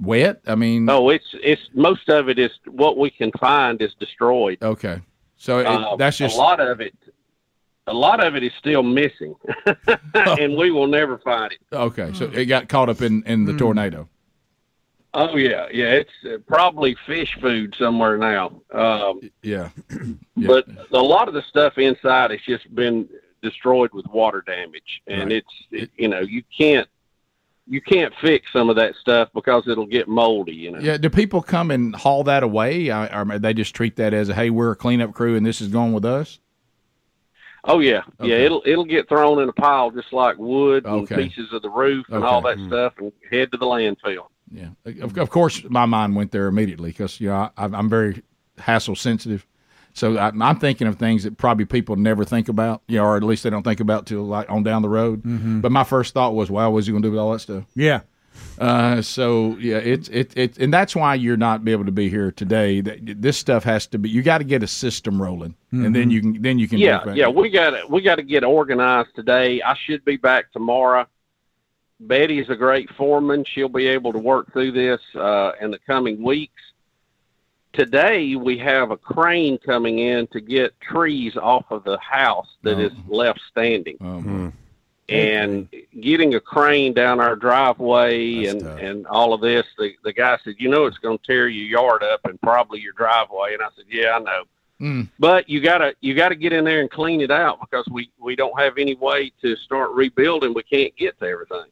wet. I mean, oh it's it's most of it is what we can find is destroyed okay. So it, Uh, that's just a lot of it a lot of it is still missing Oh. and we will never find it okay. So it got caught up in in the tornado. Oh yeah, yeah. It's uh, probably fish food somewhere now. Um, Yeah. But a lot of the stuff inside has just been destroyed with water damage, and Right. it's it, you know you can't you can't fix some of that stuff because it'll get moldy. You know. Yeah, do people come and haul that away? I, or they just treat that as, hey, we're a cleanup crew and this is going with us? Oh yeah, yeah. Okay. It'll it'll get thrown in a pile just like wood Okay. and pieces of the roof and all Okay. Mm. that stuff, and head to the landfill. Yeah, of, of course, my mind went there immediately because you know I, I'm very hassle sensitive, so I, I'm thinking of things that probably people never think about, you know, or at least they don't think about till like on down the road. But my first thought was, wow, what's he going to do with all that stuff? Yeah. Uh, so yeah, it's it, it and that's why you're not be able to be here today. That this stuff has to be. You got to get a system rolling, and then you can then you can yeah jump back. yeah we got we got to get organized today i should be back tomorrow betty's a great foreman she'll be able to work through this uh, in the coming weeks today we have a crane coming in to get trees off of the house that is left standing Oh. Um, and getting a crane down our driveway and, and all of this, the, the guy said, you know, it's going to tear your yard up and probably your driveway. And I said, yeah, I know. Mm. But you gotta, you gotta get in there and clean it out because we, we don't have any way to start rebuilding. We can't get to everything.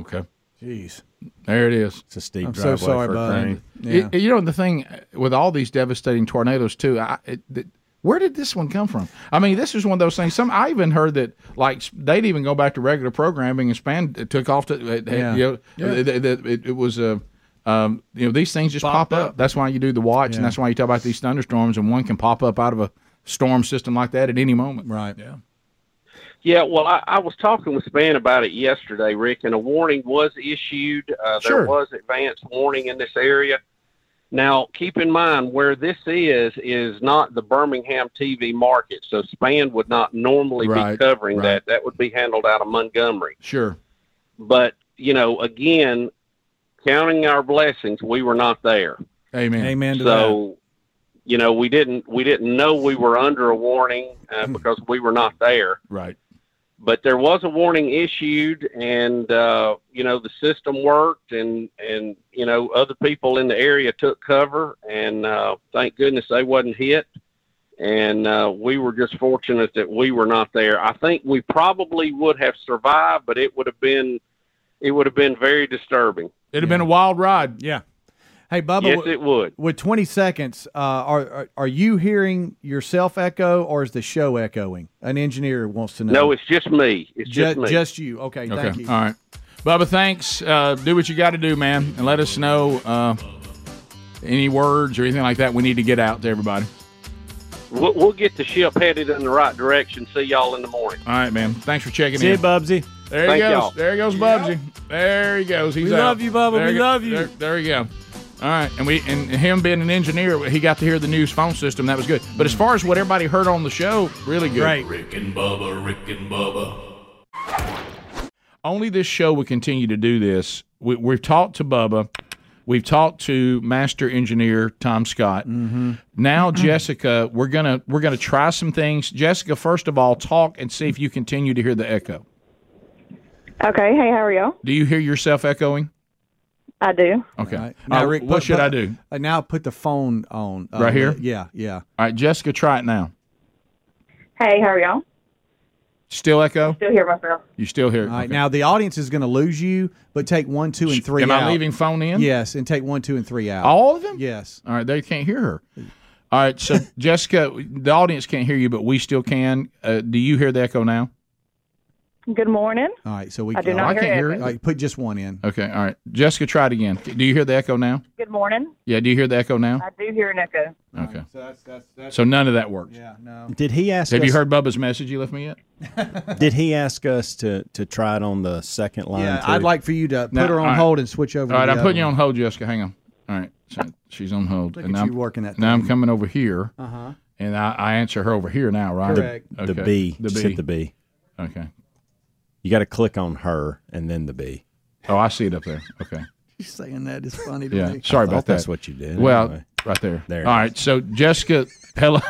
okay, Jeez. there it is. It's a steep I'm so driveway sorry, for a bud. crane. Yeah. It- you know the thing with all these devastating tornadoes too. I, it, th- where did this one come from? I mean, this is one of those things. Some I even heard that like they'd even go back to regular programming and span it took off to it, Yeah. you know, th- th- th- it, it was uh, um, you know these things just pop up. That's why you do the watch, and that's why you talk about these thunderstorms, and one can pop up out of a storm system like that at any moment. Right. Yeah. Yeah, well, I, I was talking with Span about it yesterday, Rick, and a warning was issued. Uh, there Sure. was advance warning in this area. Now, keep in mind where this is is not the Birmingham TV market, so Span would not normally be Right, covering right. that. That would be handled out of Montgomery. Sure. But you know, again, counting our blessings, we were not there Amen. Amen to so you know we didn't we didn't know we were under a warning uh, because we were not there Hmm. Right. but there was a warning issued and uh, you know the system worked and and you know other people in the area took cover and uh, thank goodness they wasn't hit and uh, we were just fortunate that we were not there i think we probably would have survived but it would have been it would have been very disturbing It'd have been a wild ride. Yeah. Hey, Bubba, yes w- it would with 20 seconds, uh, are, are are you hearing yourself echo or is the show echoing? An engineer wants to know. no it's just me it's Ju- just me just you. Okay, Okay. thank you. All right. Bubba, thanks. Uh, do what you got to do, man, and let us know uh, any words or anything like that we need to get out to everybody. We'll, we'll get the ship headed in the right direction. See y'all in the morning. All right, man. Thanks for checking See you, in. Bubsy. there he Thank goes. y'all. There he goes, Bubsy. There he goes. He's We out. love you, Bubba. There We he- love you. There, there you go. All right, and we and him being an engineer, he got to hear the news phone system. That was good. But as far as what everybody heard on the show, really good. Great. Rick and Bubba, Rick and Bubba, only this show will continue to do this. We, we've talked to Bubba. We've talked to Master Engineer Tom Scott. Mm-hmm. Now Jessica, we're gonna we're gonna try some things. Jessica, first of all, talk and see if you continue to hear the echo. Okay. Hey, how are y'all? Do you hear yourself echoing? I do. Okay. All right. All right, what put- should put- I do? uh, now put the phone on. Uh, Right here? Yeah, yeah. All right, Jessica, try it now. Hey, how are y'all? Still echo? Still hear myself. You still hear? it. All right. Okay. Now the audience is going to lose you, but take one, two, and three. Am out. I leaving phone in? Yes, and take one, two, and three out. All of them? Yes. All right, they can't hear her. All right, so Jessica, the audience can't hear you, but we still can. Uh, do you hear the echo now? Oh, Good morning. All right. So we. I do all I not right, hear can't hear anything. all right, put just one in. Okay, all right. Jessica, try it again. Do you hear the echo now? Good morning. Yeah, do you hear the echo now? I do hear an echo. Okay. So that's that's that's. So none of that works. Yeah. No. Did he ask? Have us, you heard Bubba's message you left me yet? Did he ask us to to try it on the second line? Yeah, too? I'd like for you to put No, her on all right. hold and switch over. All right, to the I'm other putting you one. on hold, Jessica. Hang on. All right, so she's on hold. Look and at I'm, you working that. now I'm coming over here, Uh huh. and I, I answer her over here now, right? Correct. the Okay. B. The Just B. hit the B. okay. You got to click on her and then the B. Oh, I see it up there. Okay. You saying that is funny to Yeah. me. Sorry Thought about that's that. what you did. well, anyway. right there. There it All right. So Jessica, hello,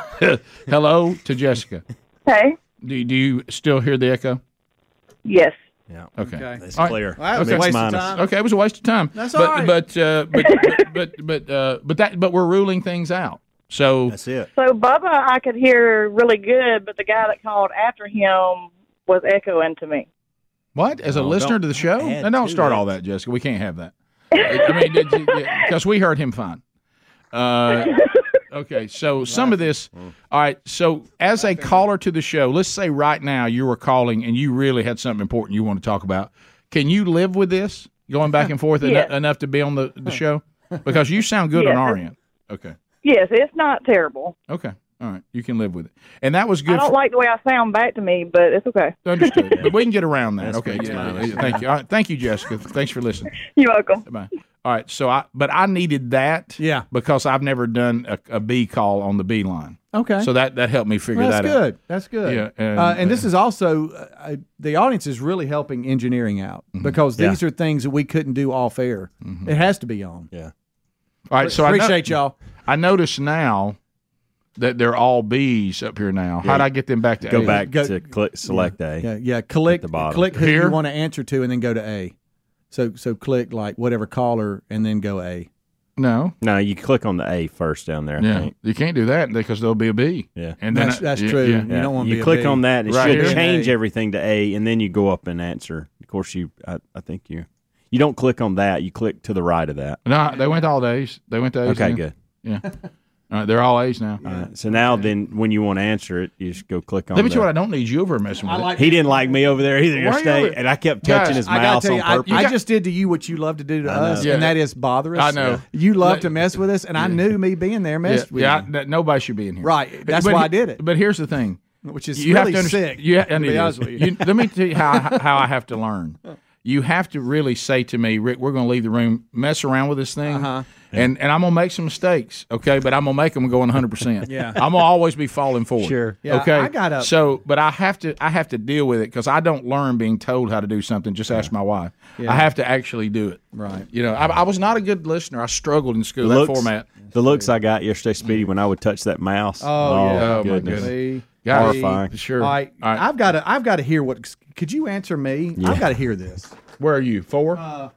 hello to Jessica. Hey. Do, do you still hear the echo? Yes. yeah, Okay. it's All right. clear. Well, that was a Mix waste of minus. time. Okay, it was a waste of time. That's but, all right. But uh, but but but uh, but that but we're ruling things out. So That's it. So Bubba, I could hear really good, but the guy that called after him was echoing to me. what? As a No, listener don't to the show, add and don't to start all that, that. Jessica. We can't have that. I mean, because we heard him fine. Uh, okay, so some of this. Mm. All right, so as a caller to the show, let's say right now you were calling and you really had something important you want to talk about. Can you live with this going back and forth eno- Yes. enough to be on the, the show? Because you sound good on Yes. our end. Okay. Yes, it's not terrible. Okay. All right. You can live with it. And that was I good. don't for, like the way I sound back to me, but it's okay. understood. But we can get around that. That's okay. good. Yeah, Smiley. yeah, Thank you. All right. Thank you, Jessica. Thanks for listening. You're welcome. Bye. All right. So I, but I needed that. Yeah. Because I've never done a, a B call on the B line. Okay. So that, that helped me figure Well, that's that out. good. That's good. Yeah, and- and, uh, and this is also uh, uh, the audience is really helping engineering out Mm-hmm. because these are things that we couldn't do off air. It has to be on. All right. So Appreciate I no- y'all. I notice now that they're all B's up here now. How'd I get them back to Go A's? back Go- to click select A. Yeah, yeah. Click the bottom. click who Here? you want to answer to, and then go to A. So so click like whatever caller, and then go A. No. No, you click on the A first down there. I Yeah. think. You can't do that because there'll be a B. Yeah. And then That's I- that's yeah, true. yeah. You don't want to be you a click B. on that. It Right should here. change A. everything to A, and then you go up and answer. Of course, you. I, I think you. You don't click on that. You click to the right of that. No, they went to all A's. They went to A's. Okay, now. good. All right. They're all A's now. All right. So now, then, when you want to answer it, you just go click on. Let me tell you the- what I don't need you over messing with. it. He didn't like me over there either Why are you yesterday, over- and I kept touching Guys, his I mouse gotta tell on you, I, purpose. I got- just did to you what you love to do to know. us, Yeah. and that is bother us. I know. You love Like- to mess with us, and I knew me being there messed with yeah, you. I- that- nobody should be in here. Right. That's why I did it. But here's the thing: which is you really have to underst- sick. You, ha- and to it be is. honest with you. You- let me tell you how, how I have to learn. You have to really say to me, Rick, we're going to leave the room, mess around with this thing, Uh-huh. and and I'm going to make some mistakes, okay? But I'm going to make them going 100. percent Yeah. I'm going to always be falling forward. Sure. Yeah, okay. I got up- So, but I have to I have to deal with it because I don't learn being told how to do something. Just ask my wife. Yeah. I have to actually do it. Right. You know, I, I was not a good listener. I struggled in school. The that looks, format. The looks I got yesterday, Speedy, when I would touch that mouse. Oh, yeah. Oh, my goodness. See? Horrifying. See? All right. I've got to. I've got to hear what. Could you answer me? Yeah. I've got to hear this. Where are you? Four. Uh,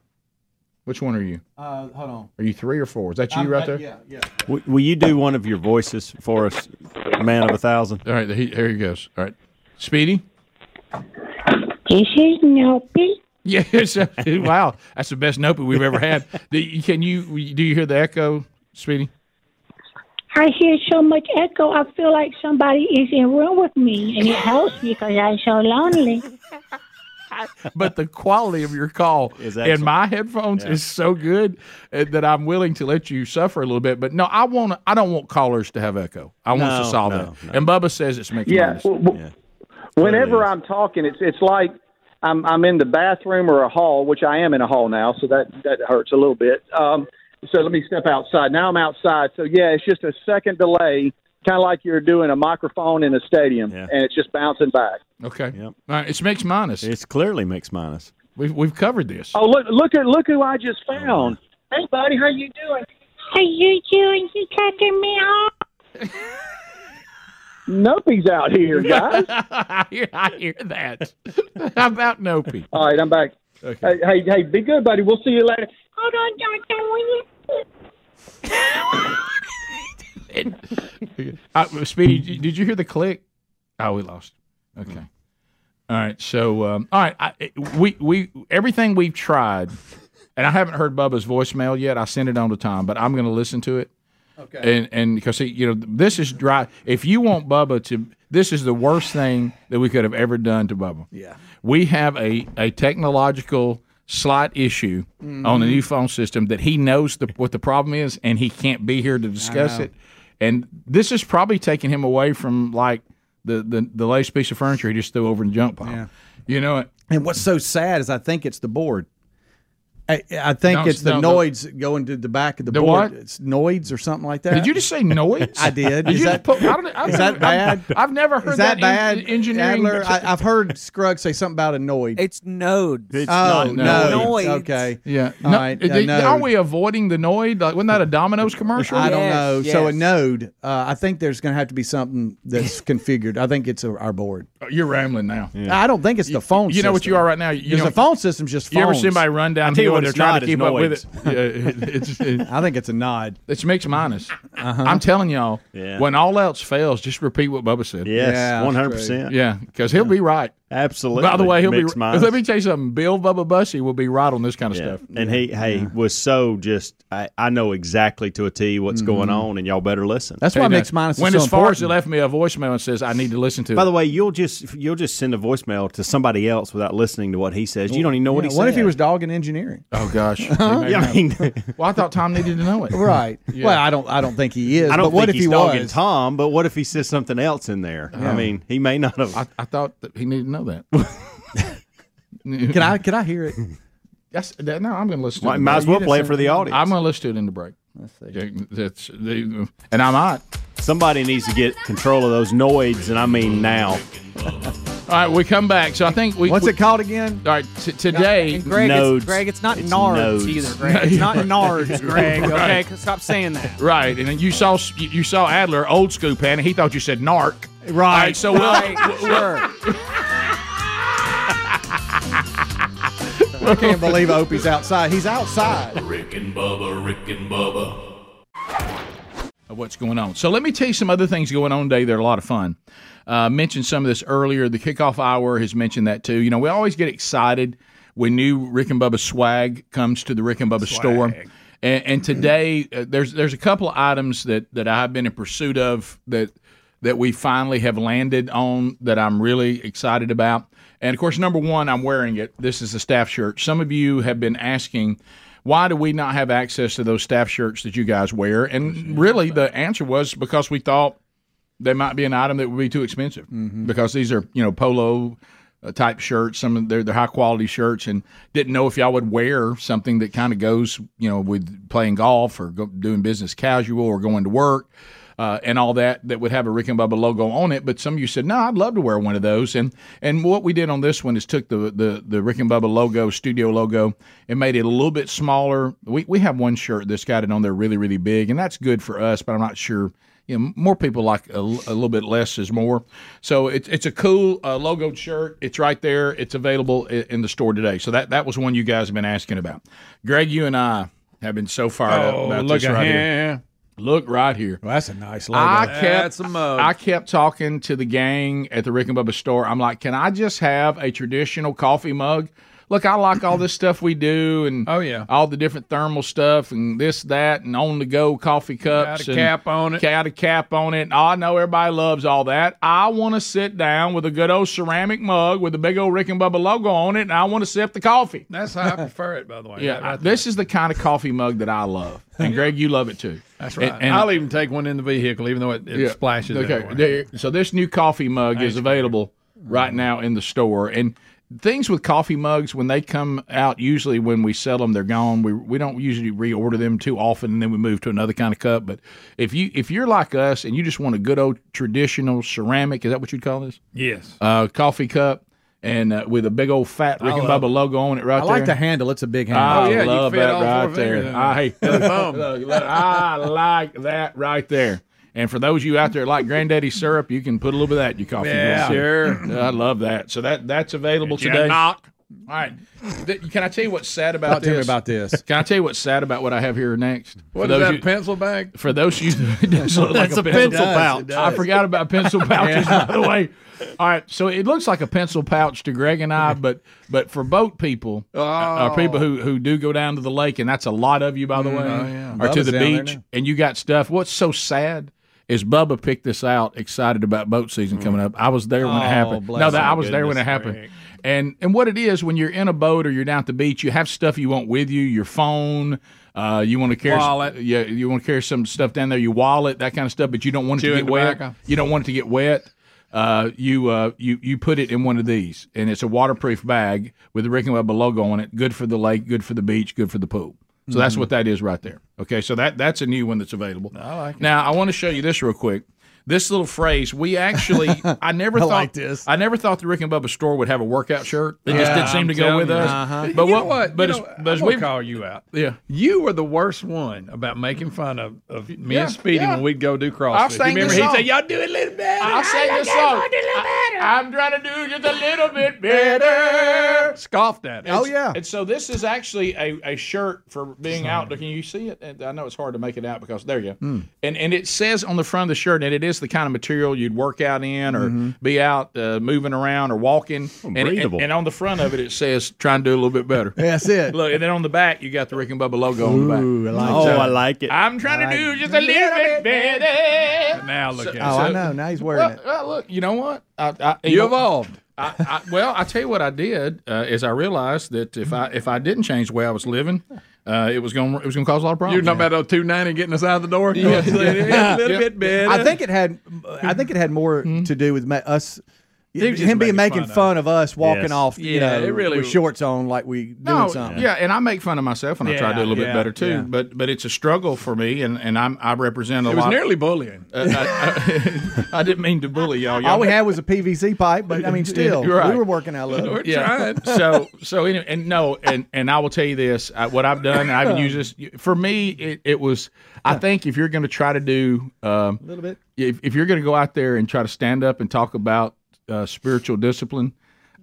Which one are you? uh, hold on. Are you three or four? Is that you I'm- right uh, there? yeah, yeah. W- will you do one of your voices for us, man of a thousand? All right, he, here he goes. All right, Speedy. This is Nopi. Yes. wow, that's the best notebook we've ever had. Do you- Can you do you hear the echo, Speedy? I hear so much echo. I feel like somebody is in room with me, and it helps because I'm so lonely. But the quality of your call in my headphones is so good uh, that I'm willing to let you suffer a little bit. But no, I want I don't want callers to have echo. I want us to No, solve no, that. And Bubba says it's making Yeah, noise. w- w- Whenever I'm talking, it's it's like I'm I'm in the bathroom or a hall, which I am in a hall now, so that that hurts a little bit. Um, so let me step outside. Now I'm outside. So yeah, it's just a second delay, kind of like you're doing a microphone in a stadium, and it's just bouncing back. Okay. All right, it's mix minus. It's clearly mix minus. We've we've covered this. Oh look look at look who I just found. Hey, buddy, how you doing? How you doing? You cutting me off? Nope's out here, guys. I, hear, I hear that. How about Nopey? All right, I'm back. Hey, hey, hey, be good, buddy. We'll see you later. Hold on, doctor, will you? Uh, Speedy, d- did you hear the click? Oh, we lost. Okay. All right. So, um, all right. I, it- we we everything we've tried, and I haven't heard Bubba's voicemail yet. I sent it on to Tom, but I'm going to listen to it. Okay. And and because you know this is dry. If you want Bubba to, this is the worst thing that we could have ever done to Bubba. Yeah. We have a a technological slight issue on the new phone system that he knows the, what the problem is, and he can't be here to discuss know. it. And this is probably taking him away from like the the, the latest piece of furniture he just threw over in the junk pile. You know it. And what's so sad is I think it's the board. I, I think No, it's the no, the- noids going to the back of the, The board. what? It's noids or something like that. Did you just say noids? I did. Did Is you that- just put, I don't, I don't, is that bad? I've, I've never heard Is that, en- bad? engineering. Adler, I, I've heard Scruggs say something about a noid. It's nodes. It's not oh, no. noids. Okay. Yeah. All No, right. uh, A did- Aren't node. we avoiding the noid? Like, wasn't that a Domino's commercial? I don't know. So a node, uh, I think there's going to have to be something that's configured. I think it's a, our board. Oh, You're rambling now. I don't think it's the phone. you know what you are right now? You Because know- the phone system's just. Phones. You ever see somebody run down tell you hill what and they're it's trying not, to it's keep up with it? noids. Yeah, it- it's, it- I think it's a nod. Uh-huh. it's mixed minus. I'm telling y'all, Yeah. when all else fails, just repeat what Bubba said. Yes, Yeah, that's 100%. true. Yeah, because he'll be right. Absolutely. By the way, he'll Mixed be. minus. Let me tell you something. Bill Bubba Bussy will be right on this kind of Yeah. stuff. And he, hey, was so just. I, I know exactly to a T what's going Mhm. on, and y'all better listen. Hey, now, When as far as he left me a voicemail and says, "I need to listen to." By it." the way, you'll just you'll just send a voicemail to somebody else without listening to what he says. You don't even know what Yeah, he What if said. he was dogging engineering? Oh gosh. Huh? Yeah, I mean- well, I thought Tom needed to know it. Right. Yeah. Well, I don't. I don't think he is. I don't but what think if he's he dogging was? Tom, but what if he says something else in there? I Yeah. mean, he may not have. I, I thought that he needed to know that. Can I? Can I hear it? That's that, no. I'm going to listen. to Might- it in might the as break. well play it for the audience. I'm going to listen to it in the break. Let's see. That's the, and I'm not. Somebody needs to get control of those noids, and I mean now. All right, we come back. So I think we. What's we- it called again? All right, t- today. And Greg, it's, Greg, it's not Nards nodes. either, Greg. It's not Nards, Greg. Okay, Right. stop saying that. Right, and then you saw you you saw Adler old school pan, and he thought you said narc. Right, so we'll, Right, sure. I can't believe Opie's outside. He's outside. Rick and Bubba, Rick and Bubba, of Uh, what's going on. So let me tell you some other things going on today that are a lot of fun. Uh, mentioned some of this earlier. The kickoff hour has mentioned that too. You know, we always get excited when new Rick and Bubba swag comes to the Rick and Bubba store. And, and today, uh, there's there's a couple of items that that I've been in pursuit of that that we finally have landed on that I'm really excited about. And of course, number one, I'm wearing it. This is the staff shirt. Some of you have been asking why do we not have access to those staff shirts that you guys wear? And really, the answer was because we thought They might be an item that would be too expensive because these are you know polo uh, type shirts. Some of they're, they're high quality shirts, and didn't know if y'all would wear something that kind of goes you know with playing golf or go, doing business casual or going to work. Uh, and all that that would have a Rick and Bubba logo on it, but some of you said, "No, I'd love to wear one of those." And and what we did on this one is took the the, the Rick and Bubba logo, studio logo, and made it a little bit smaller. We we have one shirt that's got it on there really really big, and that's good for us. But I'm not sure you know, more people like a, l- a little bit less is more. So it's it's a cool uh, logoed shirt. It's right there. It's available i- in the store today. So that that was one you guys have been asking about. Greg, you and I have been so fired Oh, up about look this at right him. here. Look right here. Well, that's a nice logo. I kept I kept talking to the gang at the Rick and Bubba store. I'm like, can I just have a traditional coffee mug? Look, I like all this stuff we do, and oh yeah, all the different thermal stuff, and this, that, and on the go coffee cups. Got a and- cap on it. Got a cap on it. I know everybody loves all that. I want to sit down with a good old ceramic mug with a big old Rick and Bubba logo on it, and I want to sip the coffee. That's how I prefer it, by the way. Yeah, I- this is the kind of coffee mug that I love, and Greg, you love it too. That's And- right. and- I'll even take one in the vehicle, even though it, it yeah. splashes. Okay, everywhere. there- so this new coffee mug is available right Mm-hmm. now in the store, and things with coffee mugs when they come out, usually when we sell them, they're gone. We we don't usually reorder them too often, and then we move to another kind of cup. But if you if you're like us and you just want a good old traditional ceramic, is that what you'd call this? Yes. Uh, coffee cup. And uh, with a big old fat Rick I and love Bubba logo on it right there. I like the handle. It's a big I Oh, handle. love that right there. I hate Boom. Look, look, I like that right there. And for those of you out there that like granddaddy syrup, you can put a little bit of that in your coffee. Yeah. sure. I love that. So that that's available Did you today. knock? All right. Th- Can I tell you what's sad about Talk to this? me about this. Can I tell you what's sad about what I have here next? What For is those that, you- pencil bag? for those you it does look like That's a pencil It does, pouch. it does. I forgot about pencil pouches, Yeah. by the way. All right, so it looks like a pencil pouch to Greg and I, but but for boat people, uh, uh, people who who do go down to the lake, and that's a lot of you, by the Oh. Mm, way, oh, yeah. or to Bubba's the down there beach, now. and you got stuff. What's so sad is Bubba picked this out, excited about boat season coming up. I was there when it Mm. Oh, happened. No, bless that, my I was there when it goodness, happened. And and what it is when you're in a boat or you're down at the beach, you have stuff you want with you, your phone. Uh, you want to carry Wallet. yeah, you want to carry some stuff down there, your wallet, that kind of stuff, but you don't want it to Chewing get wet. tobacco. You don't want it to get wet. Uh, you uh, you you put it in one of these, and it's a waterproof bag with the Rick and Bubba logo on it. Good for the lake, good for the beach, good for the pool. So that's Mhm. what that is right there. Okay, so that that's a new one that's available. I like it. Now I want to show you this real quick. This little phrase, we actually, I never I thought like this. I never thought the Rick and Bubba store would have a workout shirt. It just Yeah, didn't seem I'm to go telling with you. us. Uh-huh. But You what? know what? But You as, know, but I'm as gonna we call you out. Yeah. You were the worst one about making fun of, of me Yeah, and Speedy yeah. when we'd go do CrossFit. I've sang you remember this he'd song. say, "Y'all do it a little better." I'll sing this song. I, am trying to do just a little bit better. Scoffed at it. It's- And so this is actually a, a shirt for being out. Can you see it? And I know it's hard to make it out because there you go. Mm. And and it says on the front of the shirt, and it is the kind of material you'd work out in or Mhm. be out uh, moving around or walking. and, and- breathable. and on the front of it, it says try and do a little bit better. That's it. Look, and then on the back, you got the Rick and Bubba logo on the back. Ooh, I like Oh, that. I like it. I'm trying to I like do it. just a little bit better. Now look at it. Oh, I know. Now he's wearing Well, it. well, look, you know what? I, I, You evolved. I, I, well, I tell you what I did uh, is I realized that if I if I didn't change the way I was living, uh, it was going it was going to cause a lot of problems. You're talking about about 290 getting us out of the door. Yeah. It's a little bit better. I think it had, I think it had more to do with ma- us, He was just him being making making fun fun, of of us walking Yes. off, you Yeah, know, it really- with shorts on, like we doing no, something. yeah, and I make fun of myself and I try to do a little Yeah, bit better too. yeah. But but it's a struggle for me, and and I'm I represent a It lot. was nearly bullying. Uh, I, I- I didn't mean to bully y'all. y'all All we had was a PVC pipe, but I mean, still, You're right. we were working out a little. so so anyway, and no, and and I will tell you this: I, what I've done, I've used this for me. It, it was, I think, if you're going to try to do um, a little bit, if, if you're going to go out there and try to stand up and talk about uh, spiritual discipline,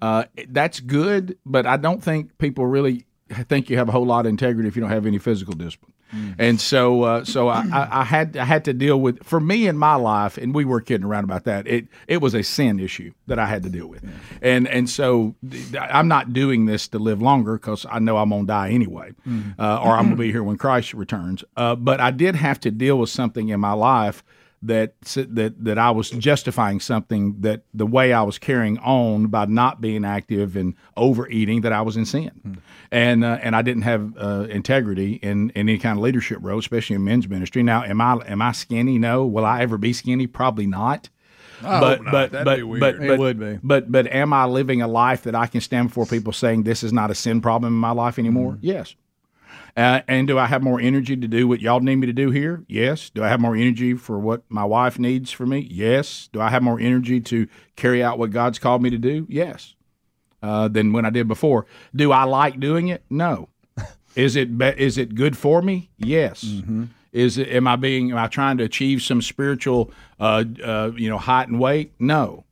uh, that's good. But I don't think people really think you have a whole lot of integrity if you don't have any physical discipline. And so, uh, so I, I, I had I had to deal with for me in my life, and we were kidding around about that. It it was a sin issue that I had to deal with, and and so th- I'm not doing this to live longer because I know I'm gonna die anyway, uh, or I'm gonna be here when Christ returns. Uh, but I did have to deal with something in my life that s- that that I was justifying something Hmm. that the way I was carrying on by not being active and overeating that I was in sin. and uh, and I didn't have uh, integrity in, in any kind of leadership role, especially in men's ministry. Now, am I am I skinny? No. Will I ever be skinny? Probably not. I hope but not. but That'd but be weird. but It but- would be. But but am I living a life that I can stand before people saying this is not a sin problem in my life anymore? Yes. Uh, and do I have more energy to do what y'all need me to do here? Yes. Do I have more energy for what my wife needs for me? Yes. Do I have more energy to carry out what God's called me to do? Yes. Uh, than when I did before. Do I like doing it? No. Is it be- is it good for me? Yes. Is it, am I being am I trying to achieve some spiritual uh, uh, you know height and weight? No.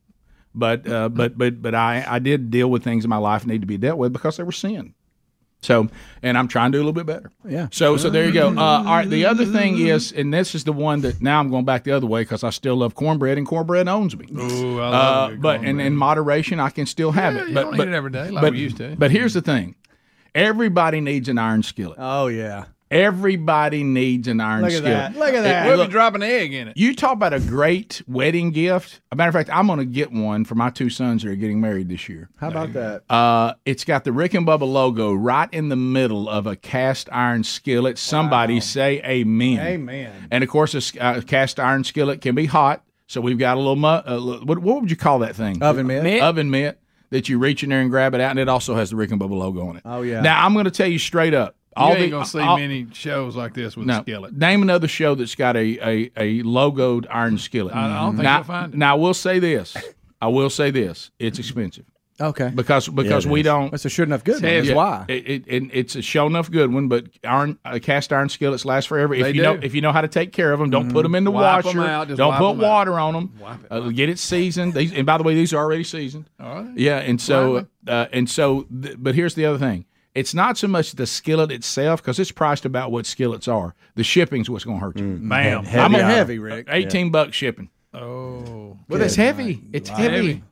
But uh, but but but I I did deal with things in my life that need to be dealt with because they were sin. So and I'm trying to do a little bit better. Yeah. So so there you go. Uh, all right. The other thing is, and this is the one that now I'm going back the other way because I still love cornbread and cornbread owns me. Ooh, I Uh, love it. but and in moderation, I can still have it. But don't eat but- it every day like but- we used to. But here's the thing: everybody needs an iron skillet. Oh yeah. Everybody needs an iron Look at skillet. that. Look at It- that. look, We'll be dropping an egg in it. you talk about a great wedding gift. A matter of fact, I'm going to get one for my two sons that are getting married this year. How about that? Uh, it's got the Rick and Bubba logo right in the middle of a cast iron skillet. Somebody say amen. Amen. And of course, a s- uh, cast iron skillet can be hot. So we've got a little, mu- uh, li- what, what would you call that thing? Oven mitt. Oven mitt that you reach in there and grab it out. And it also has the Rick and Bubba logo on it. Oh, yeah. Now, I'm going to tell you straight up. you ain't the- gonna see all- many shows like this with a skillet. Name another show that's got a a, a logoed iron skillet. I don't think now, you'll find it. Now I will say this. I will say this. It's expensive Okay. because because Yeah, it we is. don't. That's a sure enough good one. That's Yeah. why. It, it, it- it's a sure enough good one, but iron uh, cast iron skillets last forever if They you know do. Mm-hmm. if you know how to take care of them. Don't put them in the Wipe 'em washer. out, just don't wipe put 'em out. water on them. Uh, get it seasoned. These, and by the way, these are already seasoned. All right. Yeah, and so uh, and so, th- but here's the other thing. It's not so much the skillet itself because it's priced about what skillets are. The shipping's what's going to hurt you. Bam. Mm. Heavy I'm a item. heavy, Rick. Rick. Eighteen bucks shipping. Oh, Well, it's heavy. It's heavy.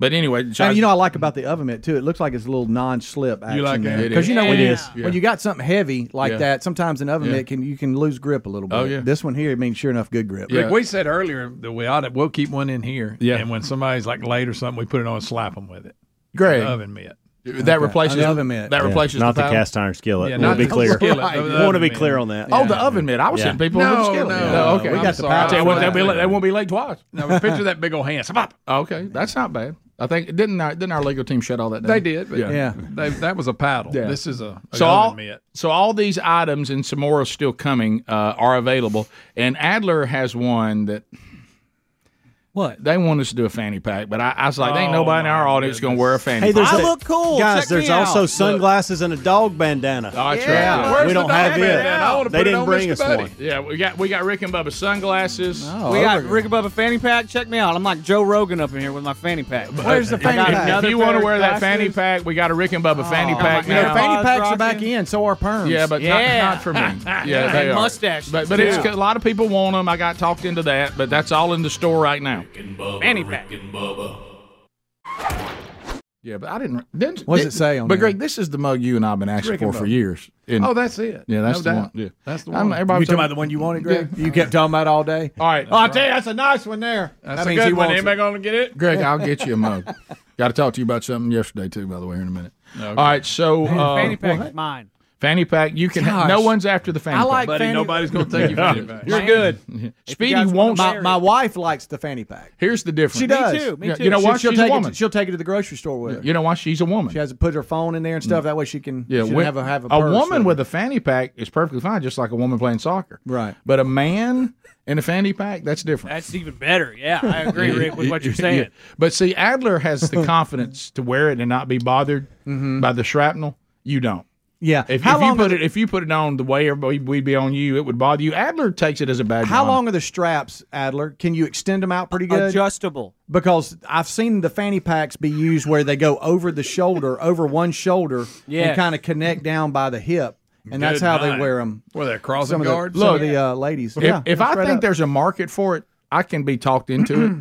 But anyway, so I- and you know, I like about the oven mitt too. It looks like it's a little non-slip action like that? It because you is. know when It you, is, yeah. when you got something heavy like Yeah. that, sometimes an oven Yeah. mitt can you can lose grip a little bit. Oh, yeah. This one here, I mean, sure enough, good grip. Rick, we said earlier that we ought to, we'll keep one in here. Yeah. And when somebody's like late or something, we put it on and slap them with it. Greg. An oven mitt. That Okay. replaces- An oven mitt. that Yeah. replaces Not the the paddle? cast iron skillet. Wanna be the clear. skillet, Right. the Wanna oven be mitt. clear on that. Oh, the oven mitt. I was Yeah. hitting people with no, the skillet. No, Yeah. Oh, okay. We I'm got the sorry. power Tell you what, for they'll be that. li- they won't be late to watch. No, but picture that big old hand. Slap. Okay, that's not bad. I think didn't our, didn't our legal team shut all that down? They did, but They, that was a paddle. Yeah. This is a, a so oven all mitt. so all these items and some more are still coming uh, are available. And Adler has one that what they want us to do a fanny pack, but I, I was like, there ain't Oh, nobody in our audience going to wear a fanny. Hey, there's pack. that- guys. there's also sunglasses and a dog bandana. Oh, that's right. Yeah. we Where's don't the have dog it. bandana? I wanna They put it didn't on bring Mr. us Buddy. one. Yeah, we got we got Rick and Bubba sunglasses. we got Rick above a fanny pack. Check me out. I'm like Joe Rogan up in here with my fanny pack. Oh, Where's the fanny If- If, you want to wear that fanny pack, we got a Rick and Bubba fanny pack You know, now. fanny packs are back in, so are perms. Yeah, but Not, not for me. Yeah, they And are. mustaches, But, but too. it's a lot of people want them. I got talked into that, but that's all in the store right now. Fanny pack. Yeah, but I didn't. didn't What's it say on But there? Greg, this is the mug you and I've been asking Rick for and for Bubba. years. And- oh, that's it. Yeah, that's No the doubt. one. Yeah. That's the I'm- one. everybody- You talking about the one you wanted, Greg? You kept talking about all day. All right. Oh, I tell you, that's a nice one there. That's That a means he good one. wants Anybody it. going to get it? Greg, I'll get you a mug. Got to talk to you about something yesterday too. By the way, here in a minute. Okay. All right, so uh, fanny pack what? is mine. Fanny pack. You can. Gosh. no one's after the fanny I pack. like Buddy, fanny- nobody's gonna take your fanny pack. You're good. Speedy won't. My, my wife likes the fanny pack. Here's the difference. She does. Yeah, You know She- why? She'll, She's a take woman. It, she'll take it to the grocery store with her. You know why? She's a woman. She has to put her phone in there and stuff. That way she can. Yeah, she we- can have a have a, a purse woman her. with a fanny pack is perfectly fine, just like a woman playing soccer. Right. But a man in a fanny pack, that's different. That's even better. Yeah, I agree, Rick, with what you're Yeah. saying. But see, Adler has the confidence to wear it and not be bothered Mhm. by the shrapnel. You don't. Mm-hmm. Yeah. If, How if you long put it, if you put it on the way everybody we'd be on you, it would bother you. Adler takes it as a badge. of How honor. long are the straps, Adler? Can you extend them out pretty good? Adjustable. Because I've seen the fanny packs be used where they go over the shoulder, over one shoulder, Yes. and kind of connect down by the hip, and that's Good how night. they wear them. Were they crossing some of the, guards? Some Look, of the uh, ladies. If, yeah, if that's I right think up. there's a market for it, I can be talked into it.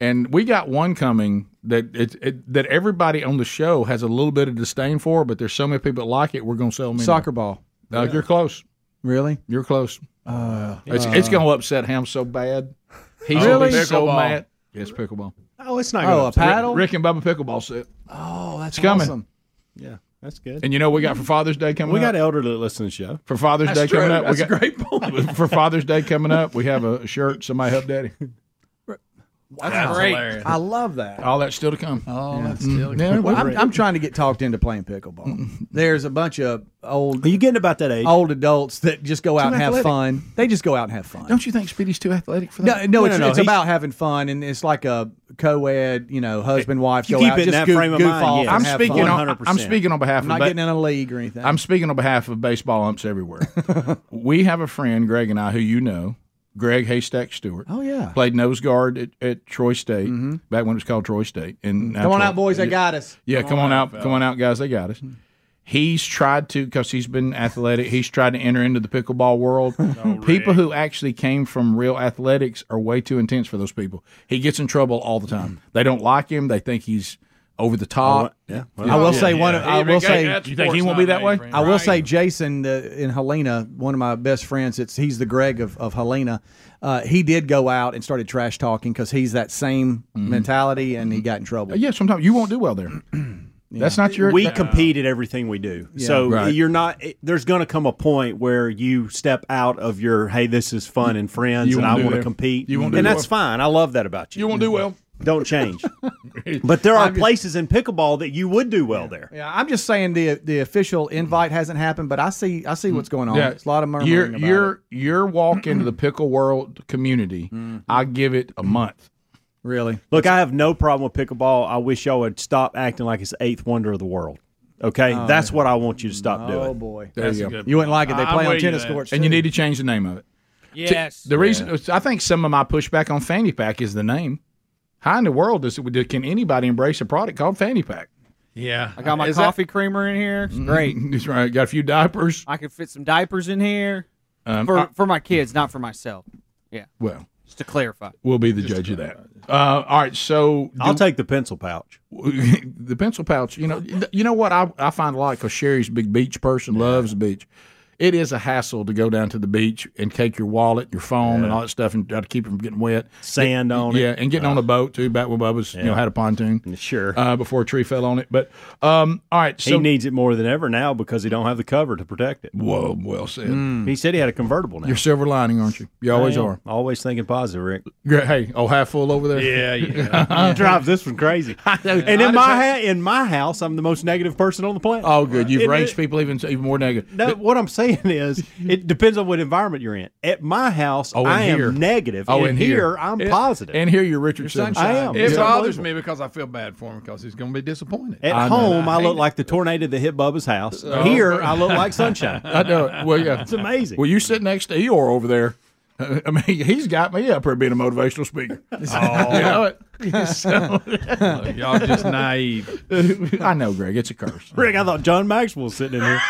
And we got one coming that it, it, that everybody on the show has a little bit of disdain for, but there's so many people that like it, we're going to sell them. anyway. Soccer ball. Uh, You're close. Really? You're close. Uh, It's, uh, it's going to upset him so bad. He's Really? going to be so Pickleball. mad. Yes, pickleball. Oh, it's not Oh, gonna a upset- paddle? Rick, Rick and Bubba pickleball set. Oh, that's It's coming. awesome. Yeah. That's good. And you know what we got for Father's Day coming We up? got elderly that listen to the show. For Father's Day coming up, That's we got great point. for Father's Day coming up, we have a shirt. Somebody help Daddy. That's great. hilarious. I love that. All that's still to come. Mm-hmm. Oh, that's still Yeah, well, I'm, I'm trying to get talked into playing Mm-hmm. pickleball. There's a bunch of old. Are you getting about that age? Old adults that just go out Too and have athletic. fun. They just go out and have fun. Don't you think Speedy's too athletic for No, that? no, it's, it's he's- about having fun, and it's like a co-ed, you know, husband wife. You go keep out, it in just that goof, frame of goof mind, off yeah. and I'm have speaking fun. on- I'm 100%. speaking on behalf I'm of not ba- getting in a league or anything. I'm speaking on behalf of baseball umps everywhere. we have a friend, Greg and I, who you know, Greg Haystack Stewart. Oh yeah, Mm-hmm. played nose guard at, at Troy State back when it was called Troy State. And now Come on Troy- out, boys, they got us. Yeah, Come come on on out, out, come on out, guys, they got us. He's tried to because he's been athletic. He's tried to enter into the pickleball world. people who actually came from real athletics are way too intense for those people. He gets in trouble all the time. they don't like him. They think he's over the top. yeah. Uh, Oh, I will say one. I will say. you think he won't be that way? I will say Jason the, in Helena, one of my best friends. It's he's the Greg of, of Helena. Uh, he did go out and started trash talking because he's that same mentality, and he got in trouble. Mm-hmm. Yeah, sometimes you won't do well there. That's not your. We that- compete at everything we do, Yeah. so Right. you're not. it- There's going to come a point where you step out of your. Hey, this is fun and friends, You and won't I do want to well. compete. You won't do and that's well. fine. I love that about you. You won't do well. Don't change. but there are places in pickleball that you would do well there. Yeah, I'm just saying the the official invite hasn't happened, but I see I see what's going on. Mm. Yeah. It's a lot of murmuring Your about your it. Mm-hmm. your walk into the pickle world community. I give it a month. Really? Look, I have no problem with pickleball. I wish y'all would stop acting like it's the eighth wonder of the world. Okay, Oh, that's what I want you to stop Oh, doing. boy. There you go. You wouldn't like it. They play on tennis courts, and you need to change the name of it. Yes. To- the reason I think some of my pushback on fanny pack is the name. How in the world does it? Can anybody embrace a product called fanny pack? Yeah. I got my Is that- coffee creamer in here. It's great. That's right. Got a few diapers. I could fit some diapers in here Um, for I- for my kids, not for myself. Yeah. Well, just to clarify. We'll be the judge of that. Uh, all right, so I'll take the pencil pouch. the pencil pouch. You know, you know what I, I find a lot because Sherry's a big beach person, loves the beach. It is a hassle to go down to the beach and take your wallet, your phone, and Yeah. all that stuff, and try to keep it from getting wet. Sand Get- on it. Uh. yeah, and getting on a boat too. Back when Bubba's, you know, Yeah. had a pontoon, sure, uh, before a tree fell on it. But um, all right, so he needs it more than ever now because he don't have the cover to protect it. Whoa, well said. He said he had a convertible now. You're silver lining, aren't you? You always I am. are. Always thinking positive, Rick. Great. Hey, oh, half full over there. Yeah, He drives this one crazy. and I in my just- ha- in my house, I'm the most negative person on the planet. Oh, good. You've Isn't raised it? people even even more negative. No, what I'm saying is, it depends on what environment you're in. At my house, Oh, in I am here. negative. Oh, and in here. I'm Yeah. positive. And here you're Richard Simmons. I am. It Yeah. bothers me because I feel bad for him because he's going to be disappointed. At home, I, look like the tornado that hit Bubba's house. Oh. Here, I look like sunshine. I know. it. Well, yeah, it's amazing. Well, you sit next to Eeyore over there. I mean, he's got me up here being a motivational speaker. oh, you know it. Look, y'all just naive. I know, Greg. It's a curse. Rick, I thought John Maxwell was sitting in here.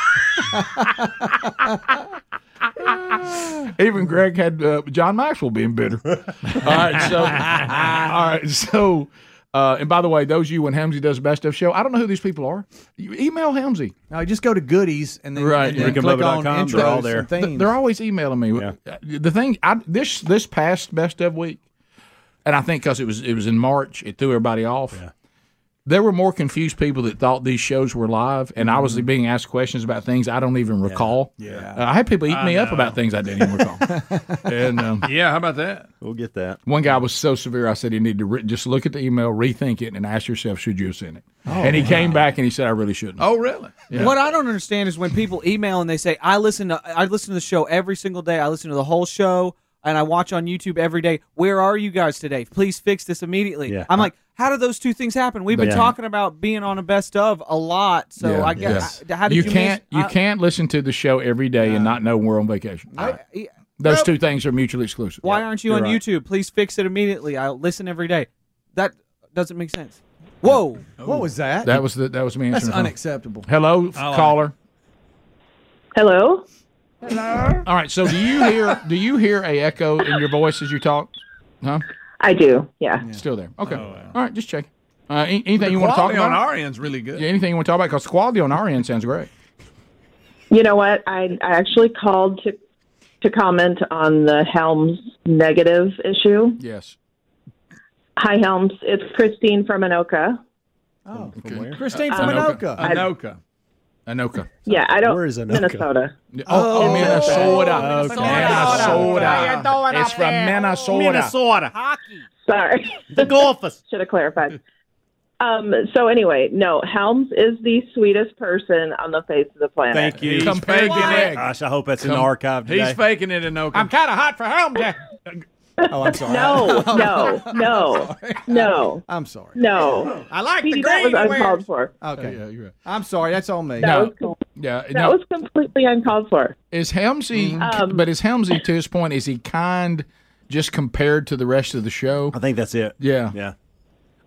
Even Greg had uh, John Maxwell being bitter. all right, so all right, so. Uh, and by the way, those of you when Helmsy does the best of show, I don't know who these people are. You email Helmsy. No, just go to goodies and then, right. and then click on intros They're all there. and themes. They're always emailing me. The thing I this this past best of week, and I think because it was it was in March, it threw everybody off. There were more confused people that thought these shows were live, and I was being asked questions about things I don't even recall. Yeah, I had people eat I me up know. about things I didn't even recall. and um, Yeah, how about that? We'll get that. one guy was so severe, I said you need to re- just look at the email, rethink it, and ask yourself should you have sent it. and he came back and he said I really shouldn't. Oh, really? Yeah. What I don't understand is when people email and they say, "I listen to I listen to the show every single day. I listen to the whole show and I watch on YouTube every day. Where are you guys today? Please fix this immediately." Yeah. I'm like, "How do those two things happen? We've been Yeah. talking about being on a best of a lot, so Yeah. I guess Yeah. how did you, miss- can't you I- can't listen to the show every day and not know we're on vacation. yeah. Those Nope. two things are mutually exclusive. Why aren't you You're on right. YouTube? Please fix it immediately. I listen every day. That doesn't make sense. Whoa! What was that? That was the that was me answering. That's the phone. unacceptable. Hello, f- I- caller. Hello. All right. So do you hear do you hear a echo in your voice as you talk? Huh? I do. Yeah. Still there. Okay. Oh, All right. Just check. Uh, any- anything you want to talk Quality about? on our end's really good. yeah, anything you want to talk about? Because quality on our end sounds great. You know what? I, I actually called to to comment on the Helms negative issue. Yes. Hi, Helms. It's Christine from Anoka. Okay. Uh, Christine from Anoka. Anoka. Anoka. Anoka. Yeah, I don't. Where is Minnesota. Oh, Minnesota. Minnesota. Minnesota. Minnesota. It's from Minnesota. Hockey. Sorry. The golfers. Should have clarified. Um, so anyway, no, Helms is the sweetest person on the face of the planet. Thank you. He's faking it. Gosh, I hope that's in the Come- archive today. He's faking it, Anoka. I'm kind of hot for Helms. oh, I'm sorry. No, no, no, no. I'm sorry. No. I like See, that was uncalled for. Okay. yeah, you're right. I'm sorry. That's on me. That was com- Yeah, that was completely uncalled for. Uh, Is Helmsy, but is Helmsy to his point? Is he kind? Just compared to the rest of the show, I think that's it. Yeah, yeah.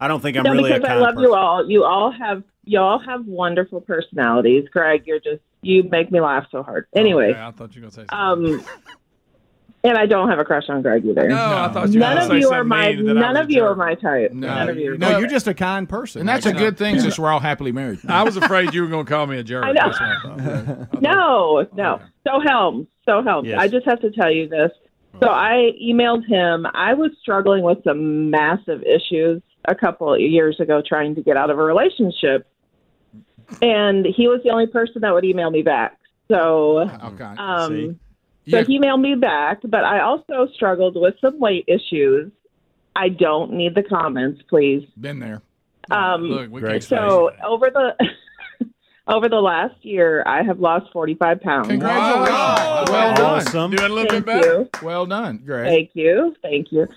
I don't think no, because I love you all. You all have you all have wonderful personalities. Greg, you're just you make me laugh so hard. Anyway, Oh, I thought you were going to say um, and I don't have a crush on Greg either. No, I thought you were none gonna of say you are something my mean that I none was of you are my type. none of you. are No, you're just a kind person. and that's a good thing since we're all happily married. I was afraid you were going to call me a jerk. I know. That's what I thought. No, no. So Helms, so Helms. Yes. I just have to tell you this. So I emailed him. I was struggling with some massive issues a couple of years ago trying to get out of a relationship. And he was the only person that would email me back. So um, so he mailed me back, but I also struggled with some weight issues. I don't need the comments, please. Been there. Um, Look, we Greg's can't- so over the over the last year, I have lost forty five pounds. Congratulations. Well done. Doing a little bit Thank better. you. Well done. Great. Thank you, thank you.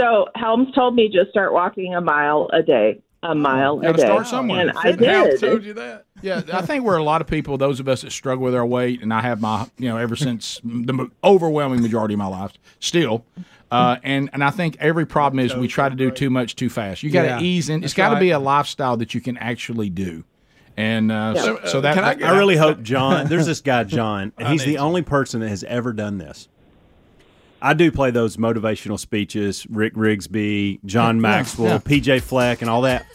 So Helms told me just start walking a mile a day, a mile a Gotta day, start somewhere. and I Fitness. Helms did. told you that. Yeah, I think we're a lot of people, those of us that struggle with our weight, and I have my, you know, ever since the mo- overwhelming majority of my life, still. Uh, and and I think every problem is we try to do too much too fast. You got to Yeah, ease in. It's that's got to right. be a lifestyle that you can actually do. And uh, so, So, so that, I, that- really hope John. There's this guy John, and I he's need the only person that has ever done this. I do play those motivational speeches, Rick Rigsby, John Yeah, Maxwell, yeah. PJ Fleck, and all that.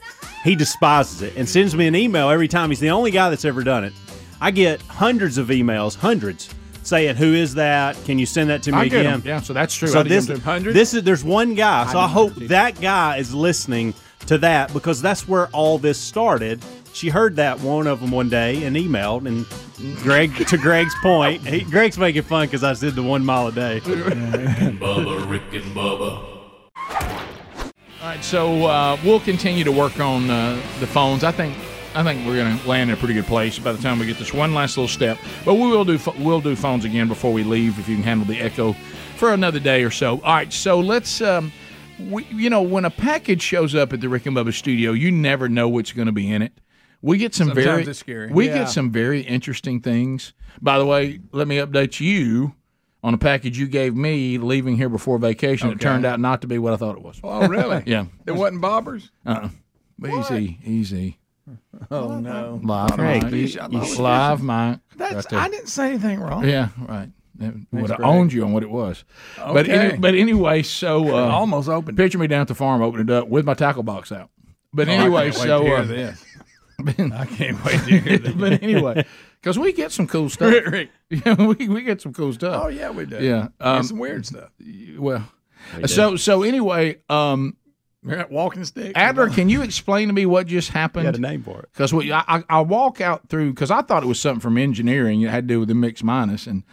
He despises it and sends me an email every time. He's the only guy that's ever done it. I get hundreds of emails, hundreds, saying, "Who is that? Can you send that to me I get again?" 'em. Yeah, so that's true. So I this, get 'em too. Hundreds? this is there's one guy. So I I, don't hope that guy is listening to that because that's where all this started. She heard that one of them one day and emailed, and Greg to Greg's point, he, Greg's making fun because I said the one mile a day. Bubba, Rick and Bubba. All right, so uh, we'll continue to work on uh, the phones. I think I think we're going to land in a pretty good place by the time we get this one last little step. But we will do pho- we'll do phones again before we leave if you can handle the echo for another day or so. All right, so let's. Um, we, you know, when a package shows up at the Rick and Bubba studio, you never know what's going to be in it. We get some Sometimes very it's scary. we Yeah. get some very interesting things. By the way, let me update you on a package you gave me leaving here before vacation. It Okay. turned out not to be what I thought it was. Oh, really? yeah. It wasn't bobbers? Uh-uh. e-, Easy, easy. Oh, no. Live, Hey, Mike. you- you- live, Mike. That's, Right there. I didn't say anything wrong. Yeah, right. That Would have Greg. owned you on what it was, but Okay. any, but anyway, so uh, Almost opened. Picture me down at the farm, opening it up with my tackle box out. But Oh, I anyway, can't wait so to hear uh, this. I can't wait to hear this. but anyway, because we get some cool stuff. Rick. Yeah, we, we get some cool stuff. Oh, yeah, we do. Yeah, um, and some weird stuff. Well, so so anyway, um, You're at walking stick. Adler, can you explain to me what just happened? You got a name for it. Because I, I, I walk out through because I thought it was something from engineering. It had to do with the mix minus and.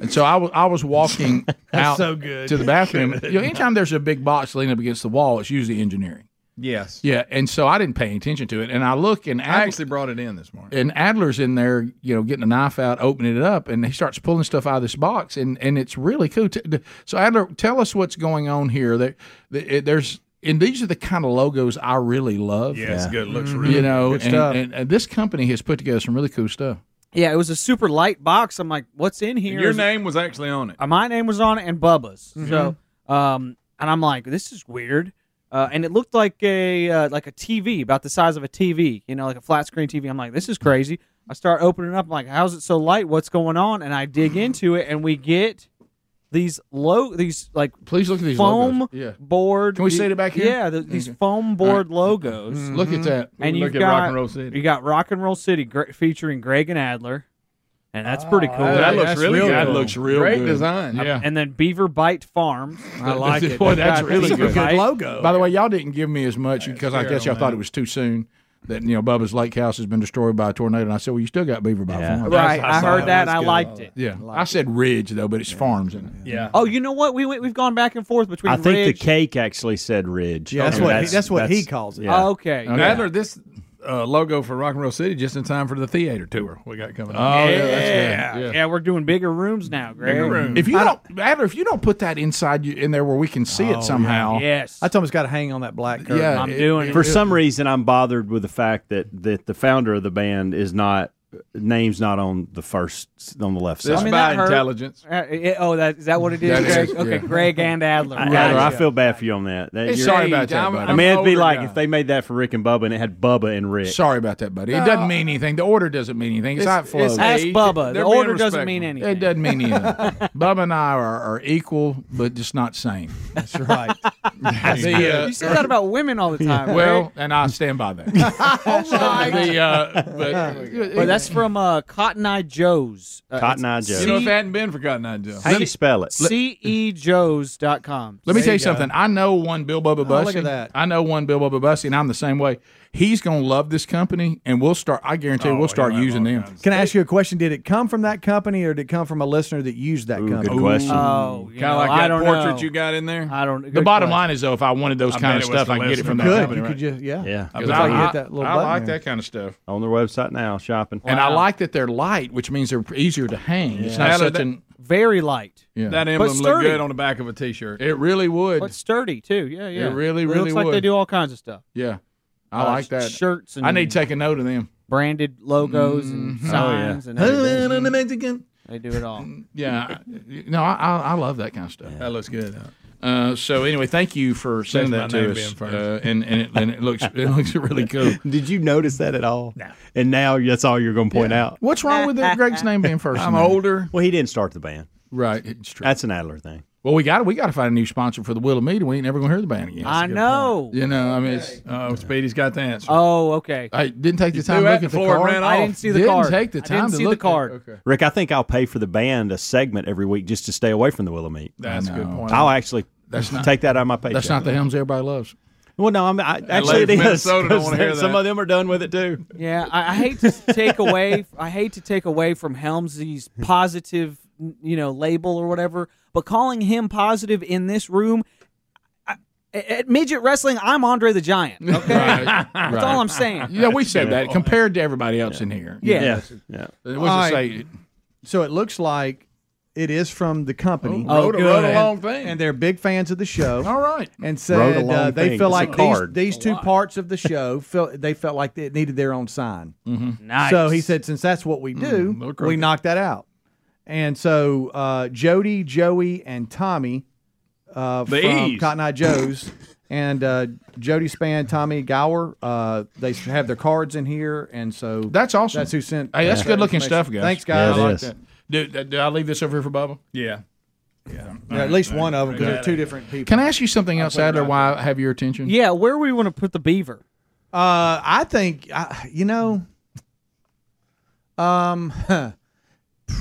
And so I was I was walking That's out so good. to the bathroom. Good. You know, anytime there's a big box leaning up against the wall, it's usually engineering. Yes. Yeah, and so I didn't pay attention to it, and I look and I Adler, actually brought it in this morning. and Adler's in there, you know, getting a knife out, opening it up, and he starts pulling stuff out of this box, and and it's really cool. T- t- So Adler, tell us what's going on here. There, the- it- there's and these are the kind of logos I really love. Yeah, it's good. It looks Mhm. really you know, good and, stuff. And, and this company has put together some really cool stuff. Yeah, it was a super light box. I'm like, what's in here? Your Is it- name was actually on it. Uh, my name was on it and Bubba's. Mm-hmm. Mhm. So, um, and I'm like, this is weird. Uh, and it looked like a uh, like a TV, about the size of a TV, you know, like a flat screen TV. I'm like, this is crazy. I start opening it up. I'm like, how's it so light? What's going on? And I dig into it, and we get these low, these like please look at these foam logos. Yeah. board. Can we set it back here? Yeah, the, these Okay. foam All right. board logos. Look at that. And you've Look at got Rock and Roll City. You got Rock and Roll City gre- featuring Greg and Adler, and that's pretty cool. that That looks looks really real good. That cool. looks real Great good. design. Uh, Yeah. And then Beaver Bite Farms. I like it. Boy, that's really Beaver good. Bite. By the way, y'all didn't give me as much because I fair guess on y'all thought that. it was too soon. that you know Bubba's lake house has been destroyed by a tornado, and I said, well, you still got Beaver by farm. Right, I, heard that. and I liked it. Yeah, I said ridge though, but it's farms. is Yeah. Oh, you know what? We went, we've gone back and forth between. I think Ridge. the cake actually said ridge. Yeah, that's Okay. what he- that's what he calls it. Oh, okay. Okay. Nadler, this uh, logo for Rock and Roll City just in time for the theater tour we got coming. Oh, up. yeah, that's good. yeah. Yeah. we're doing bigger rooms now, Greg. Bigger room. If you don't, Adler, if you don't put that inside you in there where we can see Oh, it somehow, yeah. Yes. I told him it's got to hang on that black curtain. I'm doing it. For some reason, I'm bothered with the fact that that the founder of the band is not name's not on the first on the left side. I mean, that hurt. Uh, it- oh, that is that what it is? That Greg? is, okay, yeah. Greg and Adler. I, Adler, I feel bad for you on that. that It's you're- sorry about that, I buddy. mean, it'd be I'm like older if they made that for Rick and Bubba and it had Bubba and Rick. Sorry about that, buddy. It doesn't mean anything. The order doesn't mean anything. It's, It's- not flow. it's Ask Bubba. The order doesn't mean anything. It doesn't mean anything. Bubba and I are, are equal, but just not same. That's right. uh, you say that about women all the time. well, Greg. and I stand by that. The, uh, but- But that's from uh, Cotton Eye Joe's. Uh, Cotton Eye it's Joe's. C- You know, if it hadn't been for Cotton Eye Joe's. How do you spell it? E CEJoes.com. Let me tell you something. I know one Bill Bubba Oh, Bussy. look at that. I know one Bill Bubba Bussy, and I'm the same way. He's going to love this company, and we'll start. I guarantee we'll start using them. Can I ask you a question? Did it come from that company, or did it come from a listener that used that company? good question. Oh, you Kinda know, like I that don't portrait know. you got in there. I don't. the good bottom question. line is though, if I wanted those I kind bet of it was stuff, the I can get it from that listener. Good. company. You could right? just- yeah. Yeah. Because I bet I, you could I- hit that little I button like there. that kind of stuff. on their website now, shopping. And I like that they're light, which means they're easier to hang. It's not Adler, such that- an Very light. Yeah. That But emblem looked sturdy. good on the back of a T-shirt. It really would. But sturdy too. Yeah, yeah. It really, It really looks like would. they do all kinds of stuff. Yeah, I Uh, like that. shirts and- I need to take a note of them. Branded logos and Mhm. signs and everything. They do it all. Mm, Yeah, no, I, I, I love that kind of stuff. That looks good. Uh, so anyway, thank you for sending That's that my to name us, being first. uh, and and it, and it looks it looks really cool. Did you notice that at all? No. And now that's all you're going to point out. What's wrong with that Greg's name being first? I'm older. Well, he didn't start the band. Right, it's true. That's an Adler thing. Well, we got we got to find a new sponsor for the Will of Meat, and we ain't never gonna hear the band again. I know. You know, I mean, it's, oh, Speedy's got the answer. Oh, okay. I didn't take the You time threw to look it at at the the floor and card. ran off. I didn't see the Didn't card. take the I time didn't to see the look at- card. okay. Rick, I think I'll pay for the band a segment every week just to stay away from the Willow Meat. That's a good point. I'll actually That's not- take that out of my paycheck. That's not the Helms everybody loves. Well, no, I'm, I, actually it lady from is. Minnesota don't wanna hear 'cause Some that. of them are done with it too. Yeah, I, I hate to take away. I hate to take away from Helmsy's positive, you know, label or whatever. But calling him positive in this room, I, at midget wrestling, I'm Andre the Giant. Okay, that's all I'm saying. Yeah, we said that compared to everybody else in here. Yeah. Yeah. Yeah. It All was right. just say So it looks like it is from the company. Oh, wrote a- wrote a And- long thing. And they're big fans of the show. All right. Wrote And a said long uh, they thing. feel It's a like these, card. these two parts of the show felt they felt like it needed their own sign. Mm-hmm. So he said, since that's what we do, Mm, little we crooked. knocked that out. And so uh, Jody, Joey, and Tommy uh, The from E's. Cotton Eye Joe's. And uh, Jody Span, Tommy Gower, uh, they have their cards in here, and so that's awesome. That's who sent. Hey, that's that good looking information. stuff, guys. Thanks, guys. I like that. Do, do- do I leave this over here for Bubba? Yeah. Yeah, at least one of them. 'cause they're two different people. Can I ask you something else, Adler? Why I have your attention? Yeah, where we want to put the beaver? Uh, I think I, you know. Um,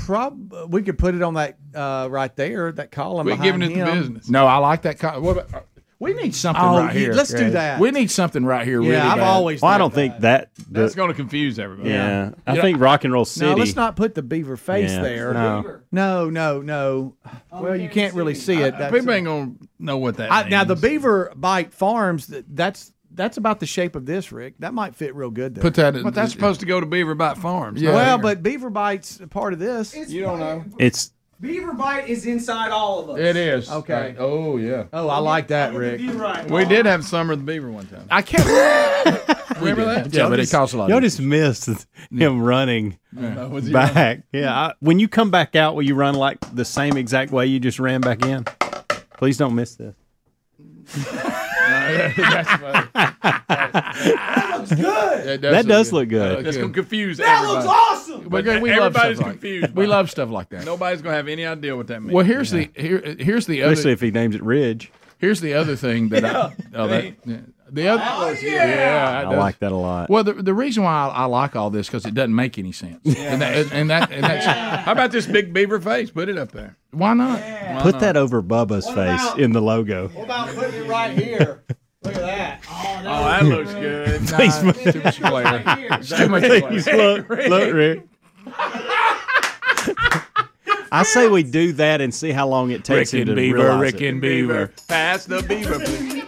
prob we could put it on that uh right there that column. We're giving behind it the him. business. No, I like that. Co- what about, uh, we need something Oh, right you- here. let's do that. We need something right here. Yeah, really I've bad. always Well, I don't think that. the- That's going to confuse everybody. yeah, I think Rock and Roll City. No, let's not put the beaver face Yeah, there. no. no, no, no. Oh, well, you can't really see it. That's People ain't gonna know what that. I, now the means. beaver bite farms. th- That's that's about the shape of this, Rick. That might fit real good. There. Put that in- But that's supposed to go to Beaver Bite Farms. not Well, here. but beaver bites a part of this. you don't know. It's Beaver bite is inside all of us. It is. Okay. Right. Oh yeah. Oh, I like that, Rick. We did have Summer the Beaver one time. I can't remember that. Yeah, but it costs a lot. Y'all just missed him running Yeah. Was he back. Yeah, I, when you come back out, will you run like the same exact way you just ran back in? Please don't miss this. That's funny. that looks good. That does, look good. That's gonna confuse. That everybody. looks awesome! But But we everybody's everybody's confused confused. We love stuff like that. Nobody's gonna have any idea what that means. Well, here's the here, here's the Especially other if he names it Ridge. here's the other thing that I oh, that, yeah. the other Oh, yeah, I that does- like that a lot. Well, the, the reason why I, I like all this because it doesn't make any sense. And that, and that and that's How about this big beaver face? Put it up there. why not? Put that over Bubba's face in the logo. What about putting it right here? Look at that. Oh, that looks good. Thanks, man. Too much glare. It's too much Thanks, glare. look, look, Rick. I say we do that and see how long it takes Rick him and to Beaver, realize Rick it. and Beaver. Pass the Beaver, please.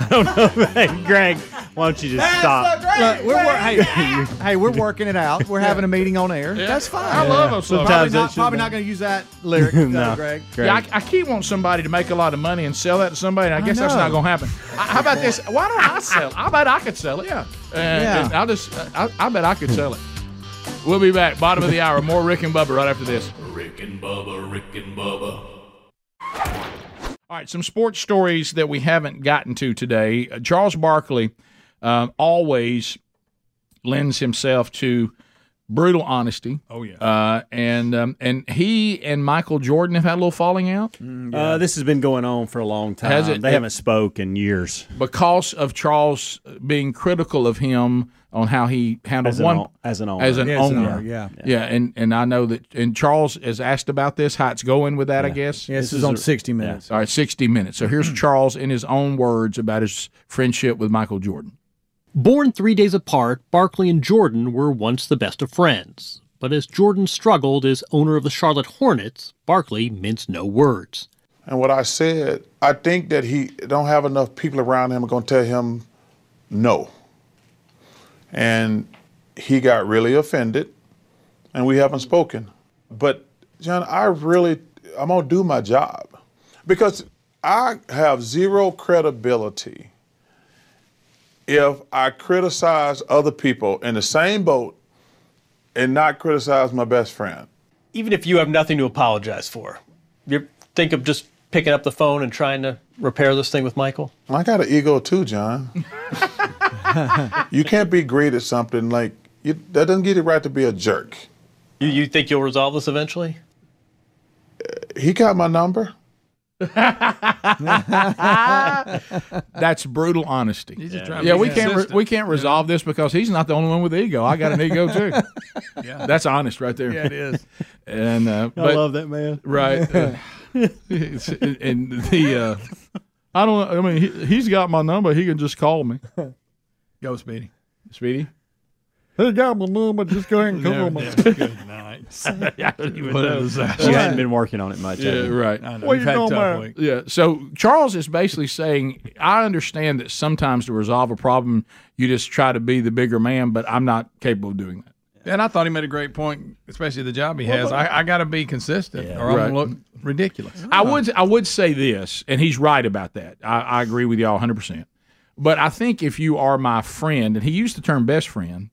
I don't know. Hey, Greg, why don't you just stop? Look, we're wor- hey, hey, we're working it out. We're having a meeting on air. That's fine. I love them. Sometimes probably not, probably not going to use that lyric, though, Greg. Yeah, I, I keep wanting somebody to make a lot of money and sell that to somebody, and I, guess that's know. not going to happen. I, how about this? Why don't I sell it? I bet I could sell it. Yeah. Uh, Yeah. And I'll just, I, I bet I could sell it. We'll be back, bottom of the hour. More Rick and Bubba right after this. Rick and Bubba, Rick and Bubba, All right, some sports stories that we haven't gotten to today. Uh, Charles Barkley um, always lends himself to brutal honesty. Oh, yeah. Uh, and um, and he and Michael Jordan have had a little falling out. Uh, this has been going on for a long time. Has it- they haven't spoke in years. because of Charles being critical of him on how he handled As an one o- as an owner. as an Yeah, as an owner. owner, yeah. yeah, and and I know that. And Charles has asked about this, how it's going with that. I guess. Yeah, this This is is on a- 60 Minutes. All right, sixty minutes. So here's Charles in his own words about his friendship with Michael Jordan. Born three days apart, Barkley and Jordan were once the best of friends. But as Jordan struggled as owner of the Charlotte Hornets, Barkley minced no words. And what I said, I think that he don't have enough people around him going to tell him no. And he got really offended, and we haven't spoken. But John, I really, I'm gonna do my job because I have zero credibility if I criticize other people in the same boat and not criticize my best friend. even if you have nothing to apologize for, you think of just picking up the phone and trying to repair this thing with Michael? I got an ego too, John. you can't be great at something like you, that. Doesn't get it right to be a jerk. You, you think you'll resolve this eventually? He got my number. That's brutal honesty. just yeah, trying to be we can't re- consistent. we can't resolve this because he's not the only one with ego. I got an ego too. yeah, that's honest right there. Yeah, it is. And uh, but- love that man. Right. Uh, it's- and the uh, I don't. I mean, he, he's got my number. He can just call me. Go, Speedy. Speedy. Hey, got my number. Just go ahead and call me. Good night. What a disaster. You hadn't been working on it much. Yeah, have you? right. We've had tough week. Yeah. So Charles is basically saying, I understand that sometimes to resolve a problem, you just try to be the bigger man, but I'm not capable of doing that. And I thought he made a great point, especially the job he Well, has. but- I, I got to be consistent, or I'm Right. gonna look ridiculous. I would I would say this, and he's right about that. I, I agree with y'all 100. percent But I think if you are my friend, and he used the term best friend,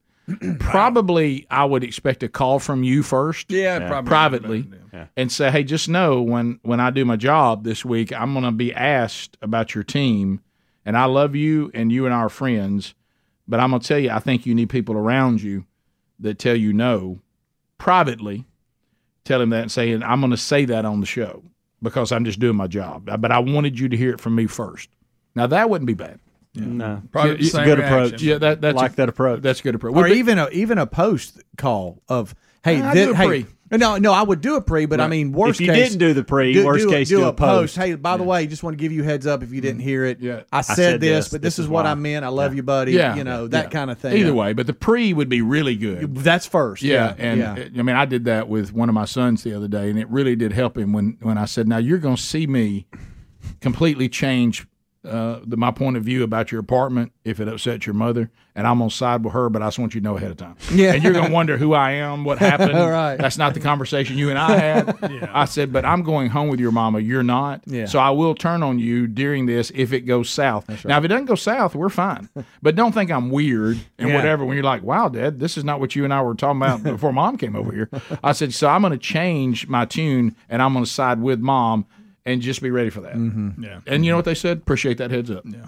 probably I would expect a call from you first, Yeah, Yeah. probably. privately, and say, hey, just know when when I do my job this week, I'm going to be asked about your team, and I love you, and you and I are friends, but I'm going to tell you, I think you need people around you that tell you no privately tell him that and saying I'm going to say that on the show because I'm just doing my job. Uh, But I wanted you to hear it from me first. Now that wouldn't be bad. No, Probably the it's a same good reaction. approach. Yeah, that- that's a- like that approach. That's a good approach. or even a even a post call of hey, I'd thi- do a hey pre. no no I would do a pre, but I Right. mean worst If you case didn't do the pre, worst case, do a post. Hey, by the way, just want to give you a heads up if you didn't hear it. Yeah. I said, said this, this, but this this, is is what why. I meant. I love you, buddy. Mm-hmm. Yeah. you know Yeah. that kind of thing. Either way, but the pre would be really good. That's first. Yeah, yeah, and yeah. uh, I mean, I did that with one of my sons the other day, and it really did help him when when I said, "Now you're going to see me completely change uh, the, my point of view about your apartment if it upsets your mother, and I'm going to side with her, but I just want you to know ahead of time. Yeah. and you're going to wonder who I am, what happened. Right. That's not the conversation you and I had. I said, but I'm going home with your mama. You're not. Yeah. So I will turn on you during this if it goes south. Now, if it doesn't go south, we're fine. But don't think I'm weird and Yeah. whatever when you're like, wow, Dad, this is not what you and I were talking about before mom came over here. I said, so I'm going to change my tune and I'm going to side with mom and just be ready for that. Yeah. And you know what they said? Appreciate that heads up. Yeah.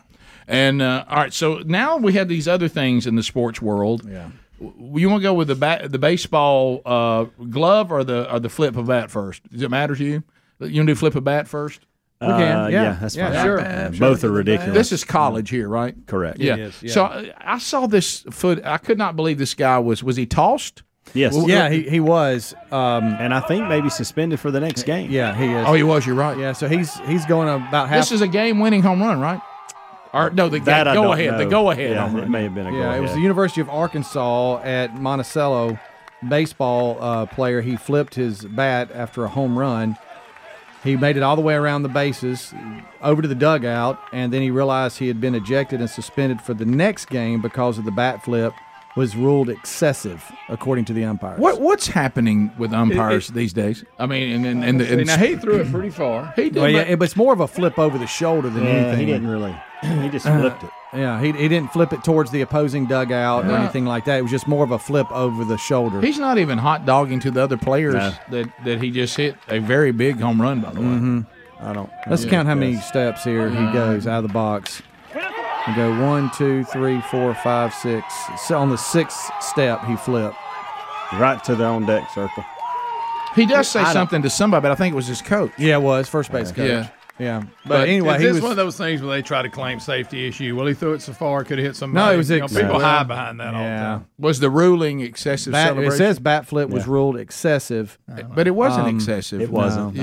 And uh, all right, so now we have these other things in the sports world. Yeah. You want to go with the bat, the baseball uh, glove or the or the flip of bat first? Does it matter to you? You want to do flip of bat first? We can, Uh, yeah. yeah, that's Yeah, fine. sure. Uh, both are ridiculous. This is college here, right? Correct. Yeah. So I, I saw this foot. I could not believe this guy was was he tossed? Yes. Well, Yeah, he, he was, um, and I think maybe suspended for the next game. Yeah, he is. Oh, he was. You're right. Yeah, so he's he's going about half. This is a game-winning home run, right? Or no, the That I go don't ahead. The know. go ahead. Yeah, on it may have been a Yeah, go it ahead. was was the University of Arkansas at Monticello baseball uh, player. He flipped his bat after a home run. He made it all the way around the bases, over to the dugout, and then he realized he had been ejected and suspended for the next game because of the bat flip was ruled excessive, according to the umpires. What what's happening with umpires It- it- these days? I mean, and and, and, See, and now he threw it pretty far. He did. Well, yeah, but- it was more of a flip over the shoulder than Yeah, he anything. didn't really. he just flipped it. Yeah, he, he didn't flip it towards the opposing dugout No. or anything like that. It was just more of a flip over the shoulder. He's not even hot dogging to the other players No. that, that he just hit a very big home run. By the way, I don't. Mm-hmm. Let's count how many steps here he goes out of the box. We go one, two, three, four, five, six. So on the sixth step, he flipped. Right to the on deck circle. He does say I don't- something to somebody, but I think it was his coach. Yeah, it was first base coach. Yeah. yeah. But, But anyway, is he this was. one of those things where they try to claim safety issue? Well, he threw it so far, could have hit somebody. no, it was You know, ex- people well, hide behind that all the yeah. time. Was the ruling excessive Bat- it celebration? says bat flip was Yeah. ruled excessive, But it wasn't Um, excessive. No, yeah, no, Uh, it-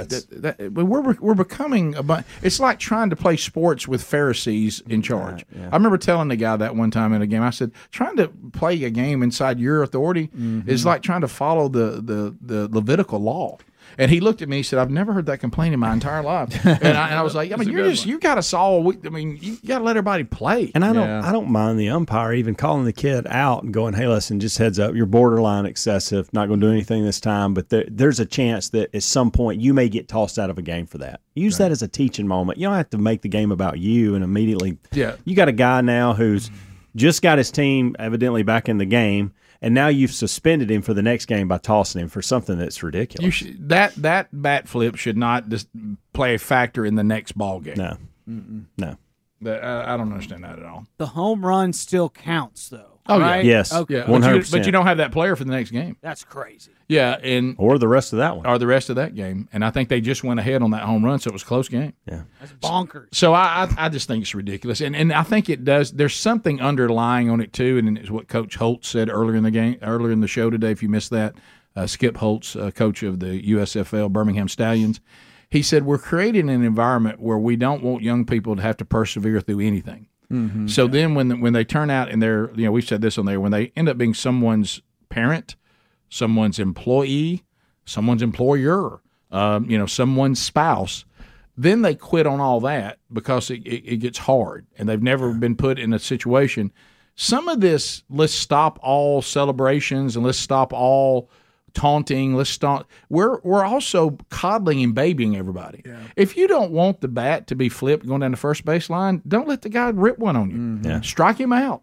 that's- that- that- but we're we're becoming a bunch. It's like trying to play sports with Pharisees in charge. I remember telling the guy that one time in a game. I said, trying to play a game inside your authority Mm-hmm. Mm-hmm. Mm-hmm. is like trying to follow the the the Levitical law. And he looked at me. He said, "I've never heard that complaint in my entire life." And I, and I was like, "I That's mean, a you're good just you got us all. We, I mean, you got to let everybody play." And I don't, I don't mind the umpire even calling the kid out and going, "Hey, listen, just heads up, you're borderline excessive. Not going to do anything this time, but there, there's a chance that at some point you may get tossed out of a game for that. Use that as a teaching moment. You don't have to make the game about you and immediately. Yeah. you got a guy now who's just got his team evidently back in the game, and now you've suspended him for the next game by tossing him for something that's ridiculous. You should, that that bat flip should not just play a factor in the next ball game. No, no. That- I, I don't understand that at all. The home run still counts, though. Oh right? yeah, Okay. Yeah, but you, but you don't have that player for the next game. That's crazy. Yeah, and or the rest of that one, or the rest of that game. And I think they just went ahead on that home run, so it was a close game. Yeah, That's bonkers. So I, I I just think it's ridiculous, and and I think it does. There's something underlying on it too, and it's what Coach Holtz said earlier in the game, earlier in the show today. If you missed that, uh, Skip Holtz, uh, coach of the USFL Birmingham Stallions, he said we're creating an environment where we don't want young people to have to persevere through anything. Mm-hmm. Mm-hmm. So then when when they turn out and they're you know we've said this on there when they end up being someone's parent, someone's employee, someone's employer, um, you know someone's spouse, then they quit on all that because it, it, it gets hard and they've never been put in a situation. Some of this let's stop all celebrations and let's stop all taunting. Let's stop. We're we're also coddling and babying everybody. If you don't want the bat to be flipped going down the first baseline, don't let the guy rip one on you. Strike him out.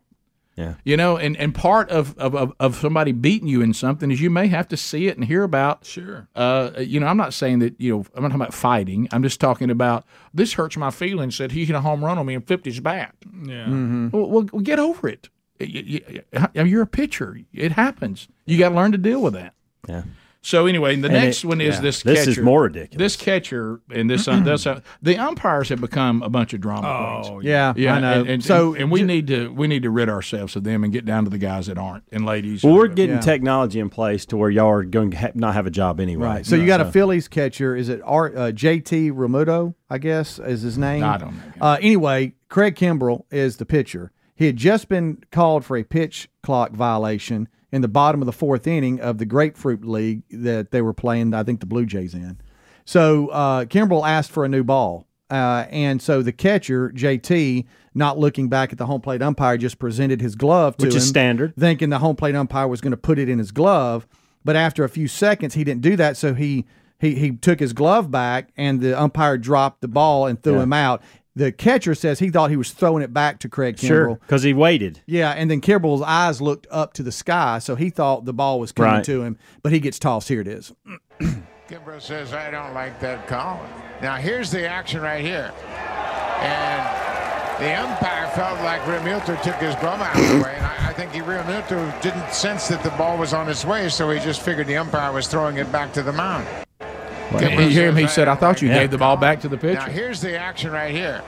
Yeah. You know, and, and part of, of, of, of somebody beating you in something is you may have to see it and hear about. Sure. Uh, you know, I'm not saying that, you know, I'm not talking about fighting. I'm just talking about this hurts my feelings that he hit a home run on me and flipped his bat. Mm-hmm. Yeah. Well, well, well, get over it. You, are a pitcher. It happens. You got to learn to deal with that. Yeah. So anyway, the And next it- one is yeah. this. This is catcher. more ridiculous. This catcher and this, uh, this the umpires have become a bunch of Oh, drama queens. yeah. Yeah, I know. And, and- So- and we need to we need to rid ourselves of them and get down to the guys that aren't and ladies. Well, and we're whatever. getting technology in place to where y'all are going to ha- not have a job anyway. Right. So you got a Phillies catcher. Is it R, uh, JT Romuto, I guess, is his name? I don't know. Uh, anyway, Craig Kimbrell is the pitcher. He had just been called for a pitch clock violation in the bottom of the fourth inning of the Grapefruit League that they were playing, I think, the Blue Jays in. So uh, Kimbrell asked for a new ball. Uh, and so the catcher, JT, not looking back at the home plate umpire, just presented his glove to Which is him, standard. thinking the home plate umpire was going to put it in his glove. But after a few seconds, he didn't do that. So he he he took his glove back, and the umpire dropped the ball and threw Yeah. him out. The catcher says he thought he was throwing it back to Craig Kimbrell. sure because he waited. Yeah, and then Kimbrell's eyes looked up to the sky, so he thought the ball was coming Right. to him, but he gets tossed. Here it is. Kimbrough says, I don't like that call. Now, here's the action right here. And the umpire felt like Remuto took his glove out of the way. And I, I think he, Remuto didn't sense that the ball was on its way, so he just figured the umpire was throwing it back to the mound. And you hear him? He said, "I thought you Yeah. gave the ball back to the pitcher." Now, here's the action right here.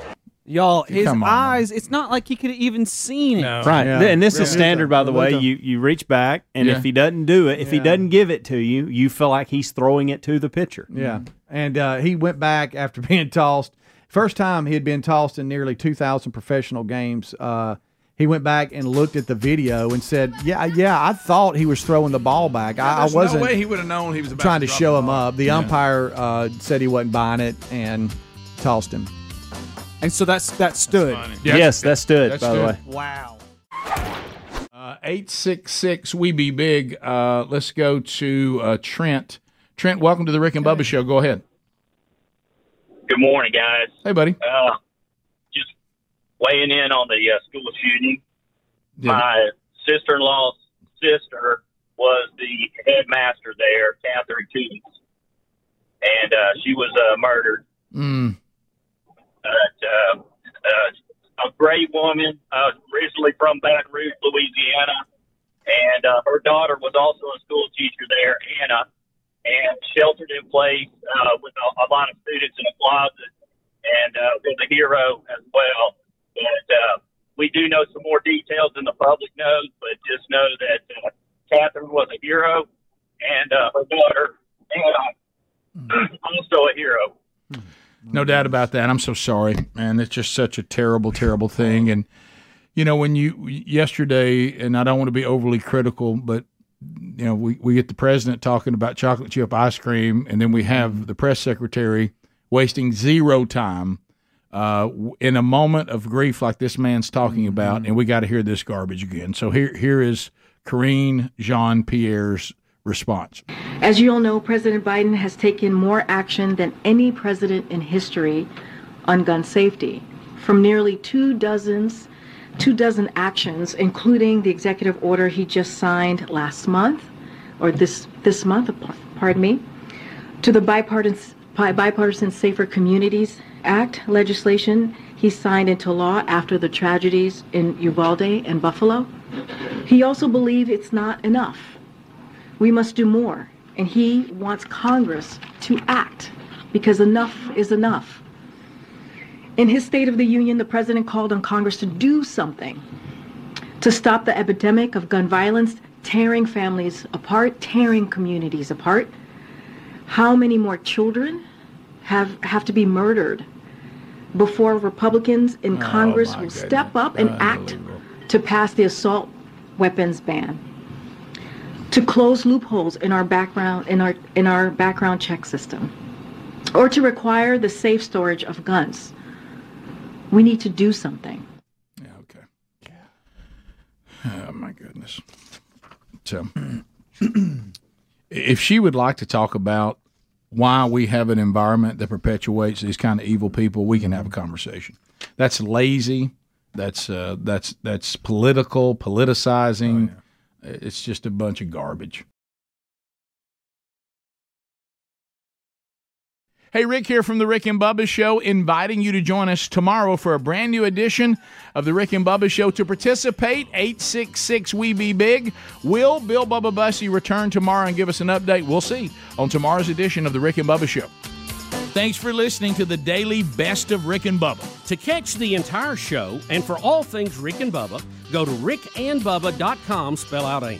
Y'all, his Come on, eyes, it's not like he could have even seen it. Right. And this is standard, by the way. You you reach back, and Yeah. if he doesn't do it, if he Yeah. doesn't give it to you, Mm-hmm. you feel like he's throwing it to the pitcher. Yeah, and uh, he went back after being tossed. First time he had been tossed in nearly 2,000 professional games. Uh, he went back and looked at the video and said, "Yeah, yeah, I thought he was throwing the ball back. I, I There's wasn't." no way he would have known he was about trying to drop show the him ball. up. The Yeah. umpire uh, said he wasn't buying it and tossed him. And so that's that stood. Yeah, Yes, that's- that stood, that's by the stood. Wow. Uh, Eight six six. We be big. Uh, let's go to uh, Trent. Trent, welcome to the Rick and Bubba Show. Go ahead. Good morning, guys. Hey, buddy. Uh, just weighing in on the uh, school shooting. My sister in law's sister was the headmaster there, Catherine Keys, and uh, she was uh, murdered. Mm. But, uh, uh, a great woman, uh, originally from Baton Rouge, Louisiana, and uh, her daughter was also a school teacher there, Anna, and sheltered in place uh, with a, a lot of students in a closet and uh, was a hero as well. But uh, we do know some more details than the public knows, but just know that uh, Catherine was a hero, and uh, her daughter Anna also a hero. No doubt about that. I'm so sorry, man. It's just such a terrible, terrible thing. And you know, when you yesterday, and I don't want to be overly critical, but you know, we we get the president talking about chocolate chip ice cream, and then we have the press secretary wasting zero time uh, w- in a moment of grief like this man's talking about, and we got to hear this garbage again. So here here is Karine Jean Pierre's response. As you all know, President Biden has taken more action than any president in history on gun safety. From nearly two dozens, two dozen actions, including the executive order he just signed last month, or this this month, p- pardon me, to the bipartisan bi- bipartisan Safer Communities Act legislation he signed into law after the tragedies in Uvalde and Buffalo. He also believed it's not enough. We must do more. And he wants Congress to act because enough is enough. In his State of the Union, the president called on Congress to do something to stop the epidemic of gun violence, tearing families apart, tearing communities apart. How many more children have, have to be murdered before Republicans in Oh, Congress my will goodness. step up and act to pass the assault weapons ban? to close loopholes in our background in our in our background check system or to require the safe storage of guns we need to do something Oh my goodness. So, if she would like to talk about why we have an environment that perpetuates these kind of evil people, we can have a conversation. That's lazy. That's uh, that's that's political politicizing. It's just a bunch of garbage. Hey, Rick here from the Rick and Bubba Show, inviting you to join us tomorrow for a brand new edition of the Rick and Bubba Show. To participate, 866 We Be E Big. Will Bill Bubba Bussy return tomorrow and give us an update? We'll see on tomorrow's edition of the Rick and Bubba Show. Thanks for listening to the daily best of Rick and Bubba. To catch the entire show and for all things Rick and Bubba, go to rickandbubba.com, spell out AIM.